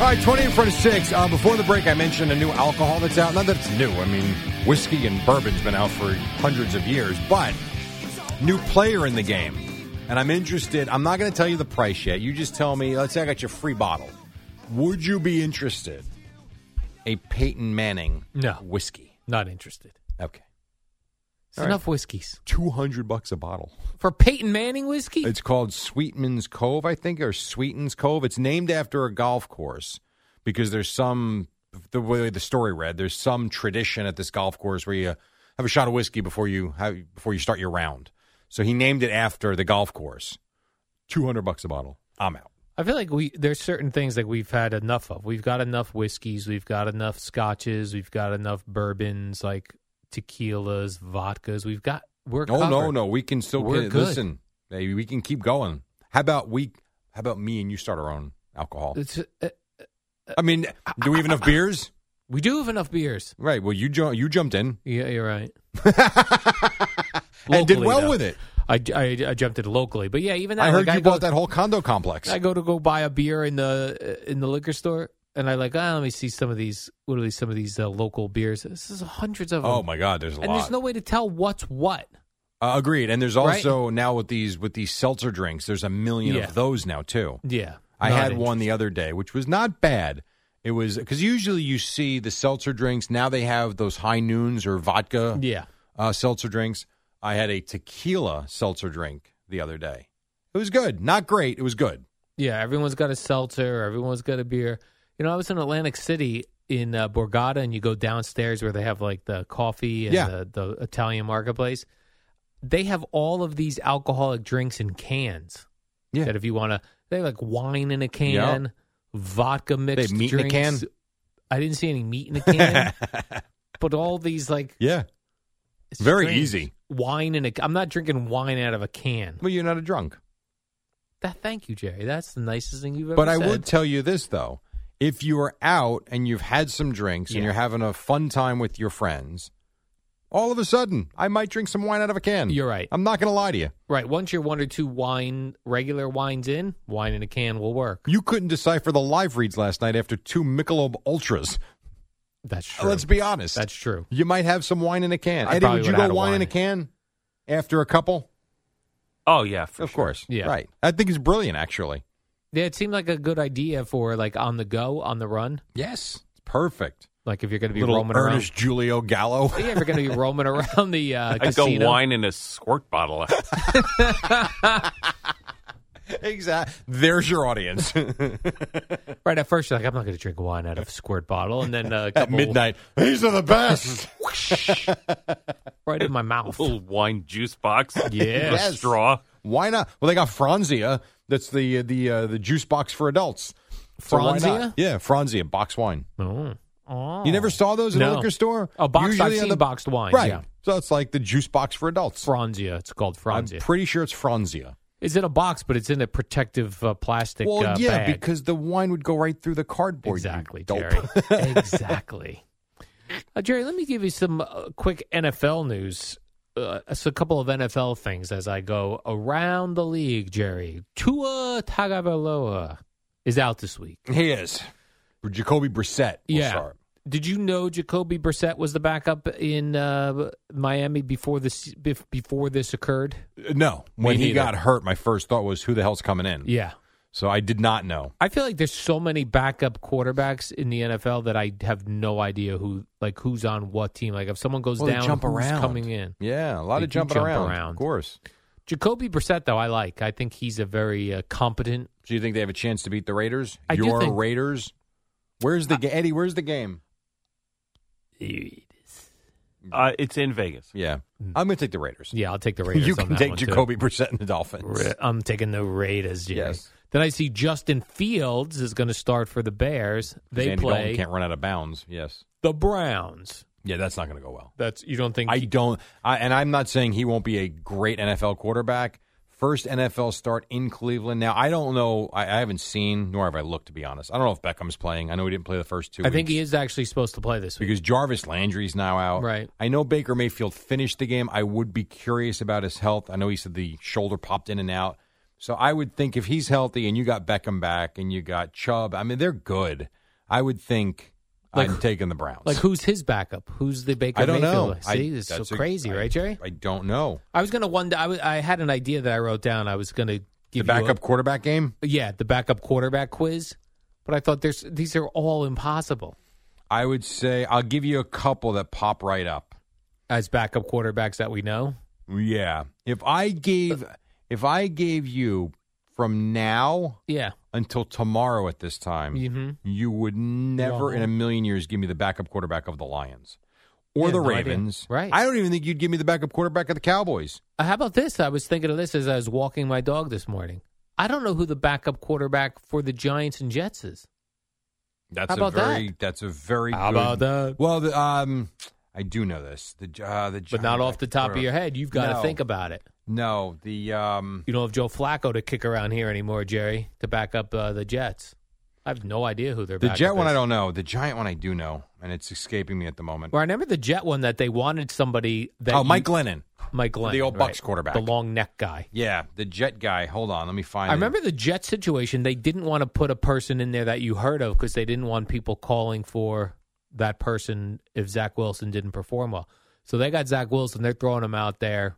S3: All right, 20 in front of six. Uh, before the break, I mentioned a new alcohol that's out. Not that it's new. I mean, whiskey and bourbon's been out for hundreds of years, but new player in the game. And I'm interested. I'm not going to tell you the price yet. You just tell me, let's say I got your free bottle. Would you be interested? A Peyton Manning
S2: No.
S3: whiskey.
S2: Not interested.
S3: Okay.
S2: It's enough whiskeys.
S3: 200 bucks a bottle.
S2: For Peyton Manning whiskey?
S3: It's called Sweetman's Cove, I think, or Sweetens Cove. It's named after a golf course because there's some the way the story read. There's some tradition at this golf course where you have a shot of whiskey before you how, before you start your round. So he named it after the golf course. Two hundred bucks a bottle. I'm out.
S2: I feel like we there's certain things that we've had enough of. We've got enough whiskeys, we've got enough scotches, we've got enough bourbons, like tequilas, vodkas. We've got we're
S3: No, no,
S2: covered.
S3: no. We can still
S2: We're
S3: get,
S2: good.
S3: listen. hey, We can keep going. How about we? How about me and you start our own alcohol?
S2: It's, uh,
S3: I mean, do we have enough beers?
S2: we do have enough beers.
S3: Right. Well, you ju- you jumped in
S2: Yeah, you're right.
S3: and did
S2: Locally,
S3: well
S2: though.
S3: with it.
S2: I, I, I jumped it locally, but yeah, even that,
S3: I heard
S2: like,
S3: you
S2: go-
S3: bought that whole condo complex.
S2: I go to go buy a beer in the uh, in the liquor store, and I like, ah, let me see some of these. What are these? Some of these uh, local beers. This is hundreds of them.
S3: oh my God, there's a
S2: and
S3: lot.
S2: there's no way to tell what's what.
S3: Uh, agreed. And there's
S2: Right?
S3: also now with these with these seltzer drinks, there's a million
S2: Yeah.
S3: of those now too.
S2: Yeah,
S3: I
S2: not
S3: had
S2: in-
S3: one the other day, which was not bad. It was because usually you see the seltzer drinks. Now they have those high noons or vodka
S2: Yeah,
S3: uh, seltzer drinks. I had a tequila seltzer drink the other day. It was good, not great. It was good.
S2: yeah. Everyone's got a seltzer. Everyone's got a beer. You know, I was in Atlantic City in uh, Borgata, and you go downstairs where they have like the coffee and
S3: Yeah.
S2: the, the Italian marketplace. They have all of these alcoholic drinks in cans.
S3: Yeah.
S2: That if you want to, they have like wine in a can, vodka
S3: They
S2: mixed
S3: have meat in a
S2: drinks.
S3: can.
S2: I didn't see any meat in the can, but all these like
S3: Yeah.
S2: it's
S3: Very
S2: strange.
S3: easy.
S2: wine in a. I'm not drinking wine out of a can.
S3: Well, you're not a drunk.
S2: That, thank you, Jerry. That's the nicest thing you've ever.
S3: But I
S2: said.
S3: would tell you this though: if you are out and you've had some drinks
S2: Yeah.
S3: and you're having a fun time with your friends, all of a sudden I might drink some wine out of a can.
S2: You're right.
S3: I'm not going to lie to you.
S2: Right. Once you're one or two wine, regular wines in, wine in a can will work.
S3: You couldn't decipher the live reads last night after two Michelob Ultras.
S2: That's true.
S3: Let's be honest.
S2: That's true.
S3: you might have some wine in a can.
S2: I
S3: Eddie,
S2: probably
S3: would you
S2: would've
S3: go
S2: had
S3: wine,
S2: a
S3: in
S2: wine.
S3: a can after a couple?
S7: Oh yeah, for
S3: of
S7: sure.
S3: course.
S2: Yeah.
S3: Right. I think it's brilliant, actually.
S2: Yeah, it seemed like a good idea for like on the go, on the run.
S3: Yes. It's perfect.
S2: Like if you're going to be
S3: Little
S2: roaming
S3: Ernest Julio Gallo.
S2: around. Yeah, if you're going to be roaming around the uh,
S7: I go
S2: casino.
S7: wine in a squirt bottle.
S3: exactly. There's your audience.
S2: Right at first, you're like, I'm not going to drink wine out of a squirt bottle, and then uh, a
S3: At
S2: couple-
S3: midnight. These are the best.
S2: right in my mouth.
S7: little wine juice box.
S2: Yeah.
S7: A
S3: Yes.
S7: straw.
S3: Why not? Well, they got Franzia. That's the the uh, the juice box for adults. So why not?
S2: Franzia?
S3: yeah, Franzia box wine.
S2: Oh. Oh.
S3: You never saw those in a
S2: No.
S3: liquor store?
S2: Oh, boxed-
S3: Usually
S2: I've
S3: on
S2: seen
S3: the
S2: boxed wines,
S3: right?
S2: yeah.
S3: So it's like the juice box for adults.
S2: Franzia. It's called Franzia.
S3: I'm pretty sure it's Franzia.
S2: it's in a box, but it's in a protective uh, plastic
S3: well,
S2: uh,
S3: yeah,
S2: bag.
S3: because the wine would go right through the cardboard. you
S2: Exactly,
S3: dope.
S2: Jerry. exactly. Uh, Jerry, let me give you some uh, quick NFL news. Uh, so a couple of NFL things as I go around the league, Jerry. Tua Tagovailoa is out this week.
S3: he is. Jacoby Brissett. will
S2: Yeah.
S3: start.
S2: Did you know Jacoby Brissett was the backup in uh, Miami before this bef- before this occurred?
S3: Uh, No, when he
S2: neither.
S3: got hurt, my first thought was, "Who the hell's coming in?"
S2: Yeah.
S3: So I did not know.
S2: I feel like there's so many backup quarterbacks in the NFL that I have no idea who like who's on what team. Like if someone goes
S3: Well, they
S2: down,
S3: jump
S2: who's
S3: around.
S2: coming in.
S3: Yeah, a lot
S2: They
S3: of
S2: do
S3: jumping
S2: jump
S3: around,
S2: around.
S3: Of course.
S2: Jacoby Brissett, though, I like. I think he's a very uh, competent.
S3: Do you think they have a chance to beat the Raiders?
S2: I do
S3: Your
S2: think-
S3: Raiders. Where's the ga- Eddie? Where's the game?
S2: e,
S7: Uh, it's in Vegas.
S3: Yeah, I'm going to take the Raiders.
S2: Yeah, I'll Mm. take the Raiders.
S3: you
S2: on
S3: can
S2: that
S3: take
S2: one, too.
S3: Jacoby Brissett and the Dolphins.
S2: Ra- I'm taking the Raiders. Jerry.
S3: Yes.
S2: Then I see Justin Fields is going to start for the Bears.
S3: 'Cause
S2: They
S3: Andy Dalton
S2: play
S3: can't run out of bounds. Yes.
S2: the Browns.
S3: Yeah, that's not going to go well.
S2: That's you don't think
S3: I don't. I, and I'm not saying he won't be a great NFL quarterback. First NFL start in Cleveland. Now I don't know. I, I haven't seen nor have I looked to be honest. I don't know if Beckham's playing. I know he didn't play the first two.
S2: I think
S3: weeks.
S2: he is actually supposed to play this week.
S3: because Jarvis Landry's now out.
S2: Right.
S3: I know Baker Mayfield finished the game. I would be curious about his health. I know he said the shoulder popped in and out. So I would think if he's healthy and you got Beckham back and you got Chubb, I mean they're good. I would think
S2: Like-
S3: I'm taking the Browns.
S2: Like who's his backup? Who's the Baker
S3: I don't
S2: Mayfield?
S3: know. I-
S2: See, it's so
S3: that's a-
S2: crazy,
S3: I-
S2: right, Jerry?
S3: I don't know.
S2: I was going to wonder. I was- I had an idea that I wrote down. I was going to
S3: The
S2: give you a-
S3: backup quarterback game?
S2: yeah, the backup quarterback quiz, but I thought there's these are all impossible
S3: I would say I'll give you a couple that pop right up.
S2: as backup quarterbacks that we know.
S3: Yeah. If I gave if I gave you from now
S2: Yeah,
S3: until tomorrow at this time,
S2: Mhm.
S3: you would never
S2: No.
S3: in a million years give me the backup quarterback of the Lions or
S2: Yeah,
S3: the
S2: no idea.
S3: Ravens.
S2: Right.
S3: I don't even think you'd give me the backup quarterback of the Cowboys.
S2: Uh, How about this? I was thinking of this as I was walking my dog this morning. I don't know who the backup quarterback for the Giants and Jets is.
S3: That's
S2: How about
S3: a very
S2: that?
S3: that's a very
S2: How
S3: good,
S2: about that?
S3: Well, the, um I do know this. The uh, the
S2: But not
S3: Giants-
S2: off the top of your head. You've got to
S3: No.
S2: think about it.
S3: No, the um
S2: You don't have Joe Flacco to kick around here anymore, Jerry, to back up uh, the Jets. I have no idea who they're
S3: the Jet one I don't know. The Giant one I do know, and it's escaping me at the moment.
S2: Well, I remember the Jet one that they wanted somebody that
S3: oh,
S2: you-
S3: Mike Glennon.
S2: Mike Glennon,
S3: the old
S2: right.
S3: Bucks quarterback.
S2: the long neck guy.
S3: Yeah, the Jet guy. Hold on, let me find.
S2: I
S3: it.
S2: remember the Jet situation. They didn't want to put a person in there that you heard of because they didn't want people calling for that person if Zach Wilson didn't perform well. So they got Zach Wilson. They're throwing him out there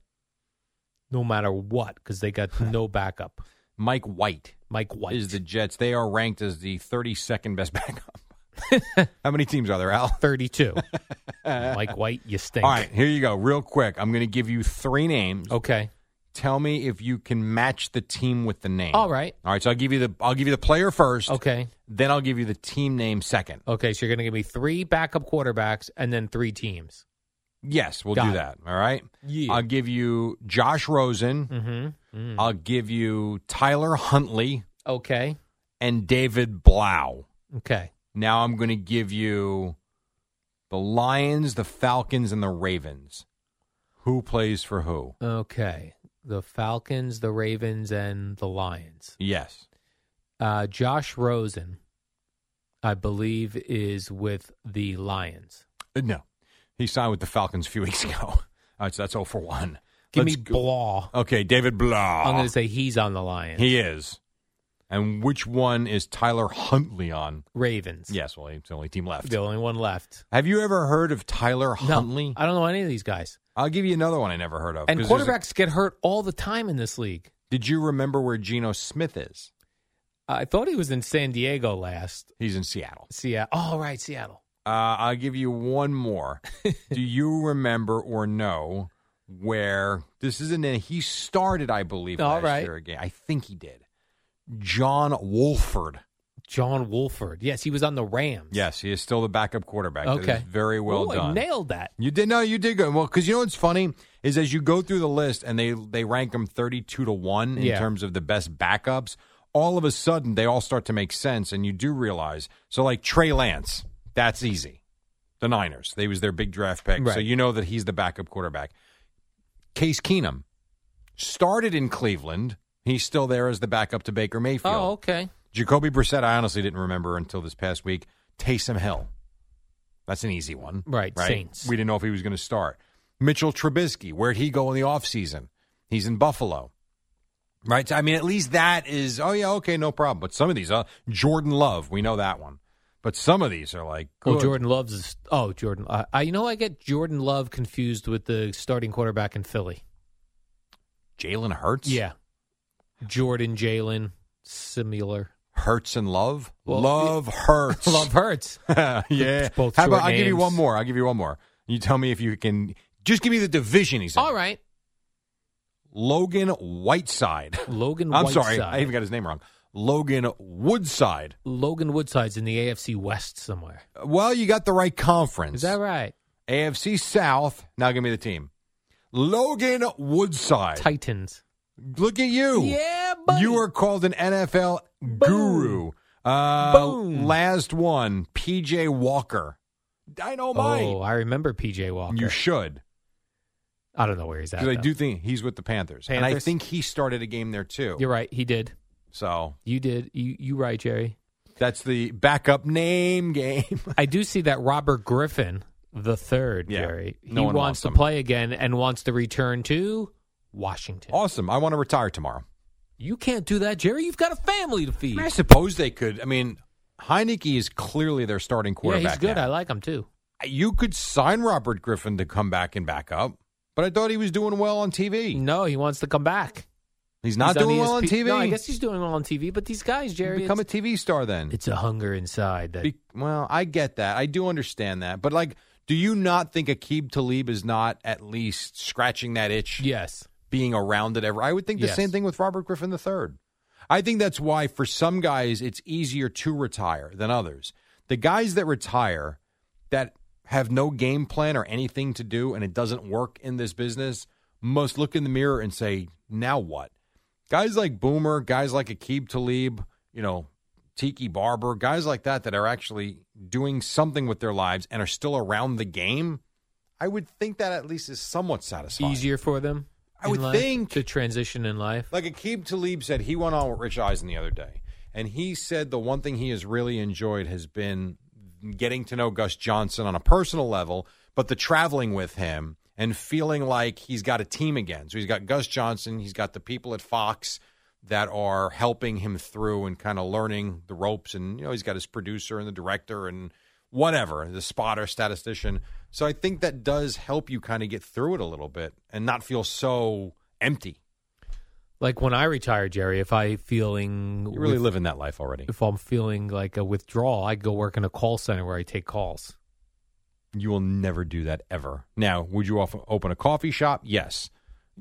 S2: no matter what because they got no backup.
S3: Mike White.
S2: Mike White.
S3: is the Jets. They are ranked as the 32nd best backup. How many teams are there, Al?
S2: 32. Mike White, you stink.
S3: All right, here you go. Real quick, I'm going to give you three names.
S2: Okay.
S3: Tell me if you can match the team with the name.
S2: All right.
S3: All right. So I'll give you the I'll give you the player first.
S2: Okay.
S3: Then I'll give you the team name second.
S2: Okay. So you're going to give me three backup quarterbacks and then three teams.
S3: Yes, we'll
S2: Got
S3: do
S2: it.
S3: that. All right.
S2: Yeah.
S3: I'll give you Josh Rosen.
S2: Mm-hmm.
S3: I'll give you Tyler Huntley
S2: Okay.
S3: and David Blau.
S2: Okay.
S3: Now I'm going to give you the Lions, the Falcons, and the Ravens. Who plays for who?
S2: Okay. The Falcons, the Ravens, and the Lions.
S3: Yes.
S2: Uh, Josh Rosen, I believe, is with the Lions.
S3: Uh, No. He signed with the Falcons a few weeks ago. All right, so that's 0 for 1.
S2: Give
S3: Let's
S2: me
S3: go-
S2: Blah.
S3: Okay, David Blah.
S2: I'm going to say he's on the Lions.
S3: He is. And which one is Tyler Huntley on?
S2: Ravens.
S3: Yes, well, it's the only team left.
S2: The only one left.
S3: Have you ever heard of Tyler Huntley?
S2: No, I don't know any of these guys.
S3: I'll give you another one I never heard of.
S2: And
S3: 'cause there's a-
S2: quarterbacks get hurt all the time in this league.
S3: did you remember where Geno Smith is?
S2: I thought he was in San Diego last.
S3: He's in Seattle.
S2: Seattle. Oh, right, Seattle.
S3: Uh, I'll give you one more. Do you remember or know where this is? An he started, I believe,
S2: All
S3: last
S2: right.
S3: year again. I think he did. John Wolford.
S2: John Wolford. Yes, he was on the Rams.
S3: Yes, he is still the backup quarterback. That is
S2: Okay.
S3: very well
S2: Ooh, I
S3: done.
S2: nailed that.
S3: you did no, you did good. Well, because you know what's funny is as you go through the list and they they rank them thirty two to one in
S2: Yeah.
S3: terms of the best backups. All of a sudden, they all start to make sense, and you do realize. So, like Trey Lance, that's easy. The Niners, they was their big draft pick, so
S2: Right.
S3: you know that he's the backup quarterback. Case Keenum started in Cleveland. He's still there as the backup to Baker Mayfield.
S2: Oh, okay.
S3: Jacoby Brissett, I honestly didn't remember until this past week. Taysom Hill. That's an easy one.
S2: Right, Saints.
S3: We didn't know if he was going to start. Mitchell Trubisky, where'd he go in the offseason? He's in Buffalo. Right? So, I mean, at least that is, oh, yeah, okay, no problem. But some of these, uh, Jordan Love, we know that one. But some of these are like,
S2: Well,
S3: good.
S2: Jordan Love's. Is, oh, Jordan. I I, you know, I get Jordan Love confused with the starting quarterback in Philly.
S3: Jalen Hurts?
S2: Yeah. Jordan, Jalen. Similar.
S3: Hurts and love.
S2: Well,
S3: love hurts.
S2: Love hurts.
S3: yeah.
S2: It's both
S3: How
S2: short
S3: about I'll give you
S2: names.
S3: one more. I'll give you one more. You tell me if you can. Just give me the division. He said.
S2: All right.
S3: Logan Whiteside.
S2: Logan
S3: I'm
S2: Whiteside.
S3: sorry, I even got his name wrong. Logan Woodside.
S2: Logan Woodside's in the AFC West somewhere.
S3: Well, you got the right conference.
S2: Is that right?
S3: AFC South. Now give me the team. Logan Woodside.
S2: Titans.
S3: Look at you.
S2: Yeah,
S3: You are called an NFL guru. Uh,
S2: Boom.
S3: Last one, PJ Walker. Dino Mike.
S2: Oh, I remember PJ Walker.
S3: You should.
S2: I don't know where he's at.
S3: Because I
S2: though.
S3: do think he's with the Panthers. And I
S2: Panthers?
S3: think he started a game there too.
S2: You're right. He did.
S3: So
S2: You did. You you right, Jerry.
S3: that's the backup name game.
S2: I do see that Robert Griffin the third,
S3: Yeah.
S2: Jerry.
S3: No
S2: he
S3: one
S2: wants,
S3: wants
S2: to
S3: him.
S2: play again and wants to return to Washington.
S3: awesome. I want to retire tomorrow.
S2: You can't do that, Jerry. You've got a family to feed.
S3: I suppose they could. I mean, Heineke is clearly their starting
S2: yeah,
S3: quarterback.
S2: he's good.
S3: now.
S2: I like him too.
S3: You could sign Robert Griffin to come back and back up, but I thought he was doing well on TV.
S2: No, he wants to come back.
S3: He's not
S2: He's
S3: doing well on
S2: ESP
S3: TV.
S2: No, I guess he's doing well on TV. But these guys, Jerry,
S3: become a
S2: it's,
S3: TV star then.
S2: it's a hunger inside that
S3: Be- well, I get that. I do understand that. But like, do you not think Akib Talib is not at least scratching that itch,
S2: Yes.
S3: being around it ever? I would think the
S2: Yes.
S3: same thing with Robert Griffin III. I think that's why for some guys it's easier to retire than others. The guys that retire that have no game plan or anything to do and it doesn't work in this business must look in the mirror and say, now what? Guys like Boomer, guys like Akib Talib, you know, Tiki Barber, guys like that that are actually doing something with their lives and are still around the game, I would think that at least is somewhat satisfying.
S2: easier for them.
S3: I
S2: in
S3: would
S2: life,
S3: think.
S2: to transition in life.
S3: Like Akib Talib said, he went on with Rich Eisen the other day, and he said the one thing he has really enjoyed has been getting to know Gus Johnson on a personal level, but the traveling with him and feeling like he's got a team again. So he's got Gus Johnson, he's got the people at Fox that are helping him through and kind of learning the ropes, and you know he's got his producer and the director and whatever the spotter statistician. So I think that does help you kind of get through it a little bit and not feel so empty.
S2: Like when I retire, Jerry, if I feeling
S3: You're really
S2: with-
S3: living that life already.
S2: if I'm feeling like a withdrawal, I go work in a call center where I take calls.
S3: You will never do that ever. Now, would you off- open a coffee shop? Yes.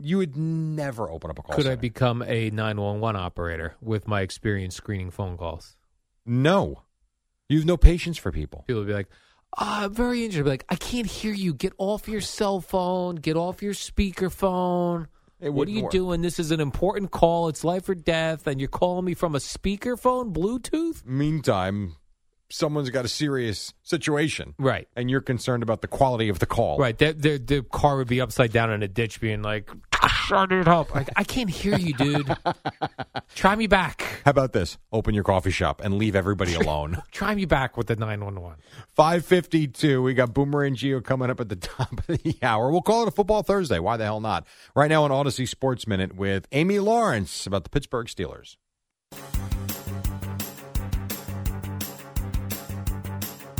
S3: You would never open up a call
S2: Could I
S3: center.
S2: become a 911 operator with my experience screening phone calls?
S3: No. You have no patience for people.
S2: People would be like, "Ah, I'm very injured. I'd be like, I can't hear you. Get off your cell phone. Get off your speakerphone.
S3: It
S2: What are
S3: wouldn't
S2: you
S3: work.
S2: doing? This is an important call. It's life or death, and you're calling me from a speakerphone, Bluetooth?
S3: Meantime, someone's got a serious situation,
S2: Right.
S3: and you're concerned about the quality of the call.
S2: Right. Their, their, their car would be upside down in a ditch being like, I need help. Like, I can't hear you, dude. Try me back.
S3: How about this? Open your coffee shop and leave everybody alone.
S2: Try me back with the 911.
S3: 552. We got Boomer and Geo coming up at the top of the hour. We'll call it a Football Thursday. Why the hell not? Right now on Odyssey Sports Minute with Amy Lawrence about the Pittsburgh Steelers.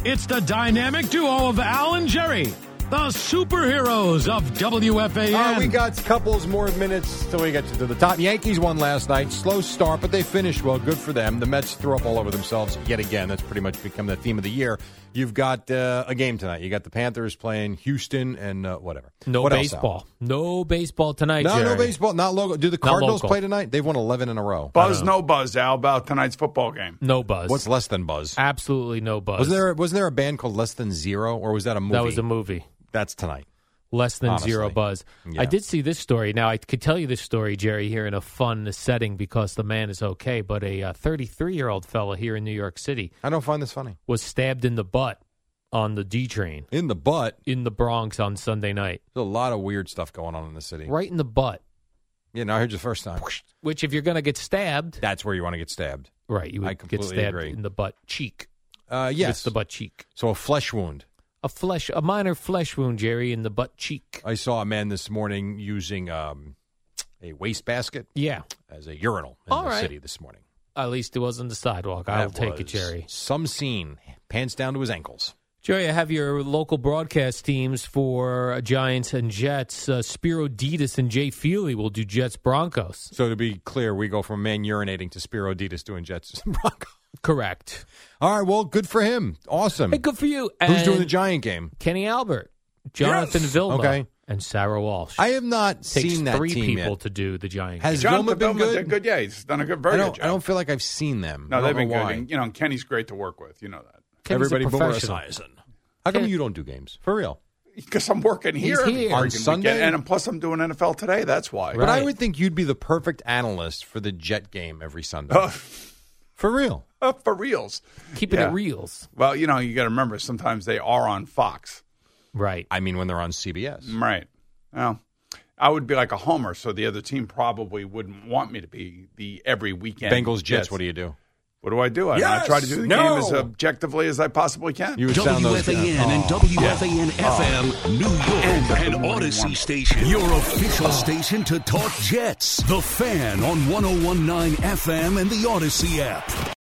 S6: It's the dynamic duo of Al and Jerry, the superheroes of WFAN.
S2: Oh,
S3: Uh, we got couples more minutes till we get to the top. Yankees won last night. Slow start, but they finished well. Good for them. The Mets threw up all over themselves yet again. That's pretty much become the theme of the year. You've got uh, a game tonight. You got the Panthers playing Houston and uh, whatever.
S2: No
S3: What else, Al?
S2: baseball. no baseball tonight.
S3: No, no
S2: Jerry.
S3: baseball. Not local. Do the Cardinals
S2: local.
S3: play tonight? They've won 11 in a row.
S10: Buzz, no buzz, Al, about tonight's football game.
S2: No buzz.
S3: What's less than Buzz?
S2: Absolutely no buzz.
S3: Was there wasn't there a band called Less Than Zero, or was that a movie?
S2: That was a movie.
S3: That's tonight.
S2: Less than
S3: Honestly.
S2: zero buzz.
S3: Yeah.
S2: I did see this story. Now I could tell you this story, Jerry, here in a fun setting because the man is okay. But a 33 year old fella here in New York City
S3: I don't find this funny.
S2: was stabbed in the butt on the D train
S3: In the butt,
S2: in the Bronx on Sunday night,
S3: there's a lot of weird stuff going on in the city.
S2: right in the butt.
S3: Yeah, no, I heard you the first time.
S2: Which, if you're going to get stabbed,
S3: That's where you want to get stabbed.
S2: right, you would
S3: I
S2: get
S3: completely
S2: stabbed
S3: agree.
S2: in the butt cheek.
S3: Uh,
S2: If it's
S3: yes.
S2: the butt cheek.
S3: So a flesh wound.
S2: A flesh, a minor flesh wound, Jerry, in the butt cheek.
S3: I saw a man this morning using um, a wastebasket
S2: Yeah,
S3: as a urinal in
S2: All
S3: the
S2: right.
S3: city this morning.
S2: at least it was on the sidewalk. I'll
S3: That
S2: take it,
S3: was
S2: Jerry.
S3: Some scene, pants down to his ankles.
S2: Jerry, I have your local broadcast teams for Giants and Jets. Uh, Spiro Ditas and Jay Feely will do Jets Broncos.
S3: So to be clear, we go from man urinating to Spiro Ditas doing Jets Broncos.
S2: Correct.
S3: All right. Well, good for him. Awesome.
S2: Hey, good for you.
S3: Who's doing the
S2: And
S3: Giant game?
S2: Kenny Albert, Jonathan
S3: Yes.
S2: Vilma,
S3: Okay.
S2: and Sarah Walsh.
S3: I have not
S2: Takes
S3: seen that
S2: three
S3: team
S2: people
S3: yet.
S2: to do the Giant.
S3: Has
S10: Jonathan
S3: Vilma been
S10: Vilma
S3: good?
S10: did good. Yeah, he's done a good,
S3: I
S10: very good
S3: don't. I
S10: job.
S3: don't feel like I've seen them. I
S10: No,
S3: don't
S10: they've
S3: know
S10: been good.
S3: why.
S10: And, you know, and Kenny's great to work with. You know that.
S2: Kenny's a
S3: Everybody
S2: professional.
S3: Bummerizing. How come you don't do games for real?
S10: Because I'm working
S2: He's
S10: here,
S2: here.
S3: On
S10: Freaking weekend.
S3: Sunday?
S10: and plus I'm doing NFL today. That's why.
S3: But I
S2: Right.
S3: would think you'd be the perfect analyst for the Jet game every Sunday. for real.
S10: for reals.
S2: Keeping
S10: Yeah.
S2: it reels.
S10: Well, you know, you got to remember sometimes they are on Fox.
S2: Right.
S3: I mean, when they're on CBS.
S10: Right. Well, I would be like a homer, so the other team probably wouldn't want me to be the every weekend
S3: Bengals, Jets, what do you do?
S10: What do I do? I, I
S3: Yes!
S10: try to do the
S3: No!
S10: game as objectively as I possibly can.
S3: You would sound those
S4: WFAN and WFAN FM New York and Odyssey Station. Your official station oh to talk Jets. The Fan on 1019 FM and the Odyssey app.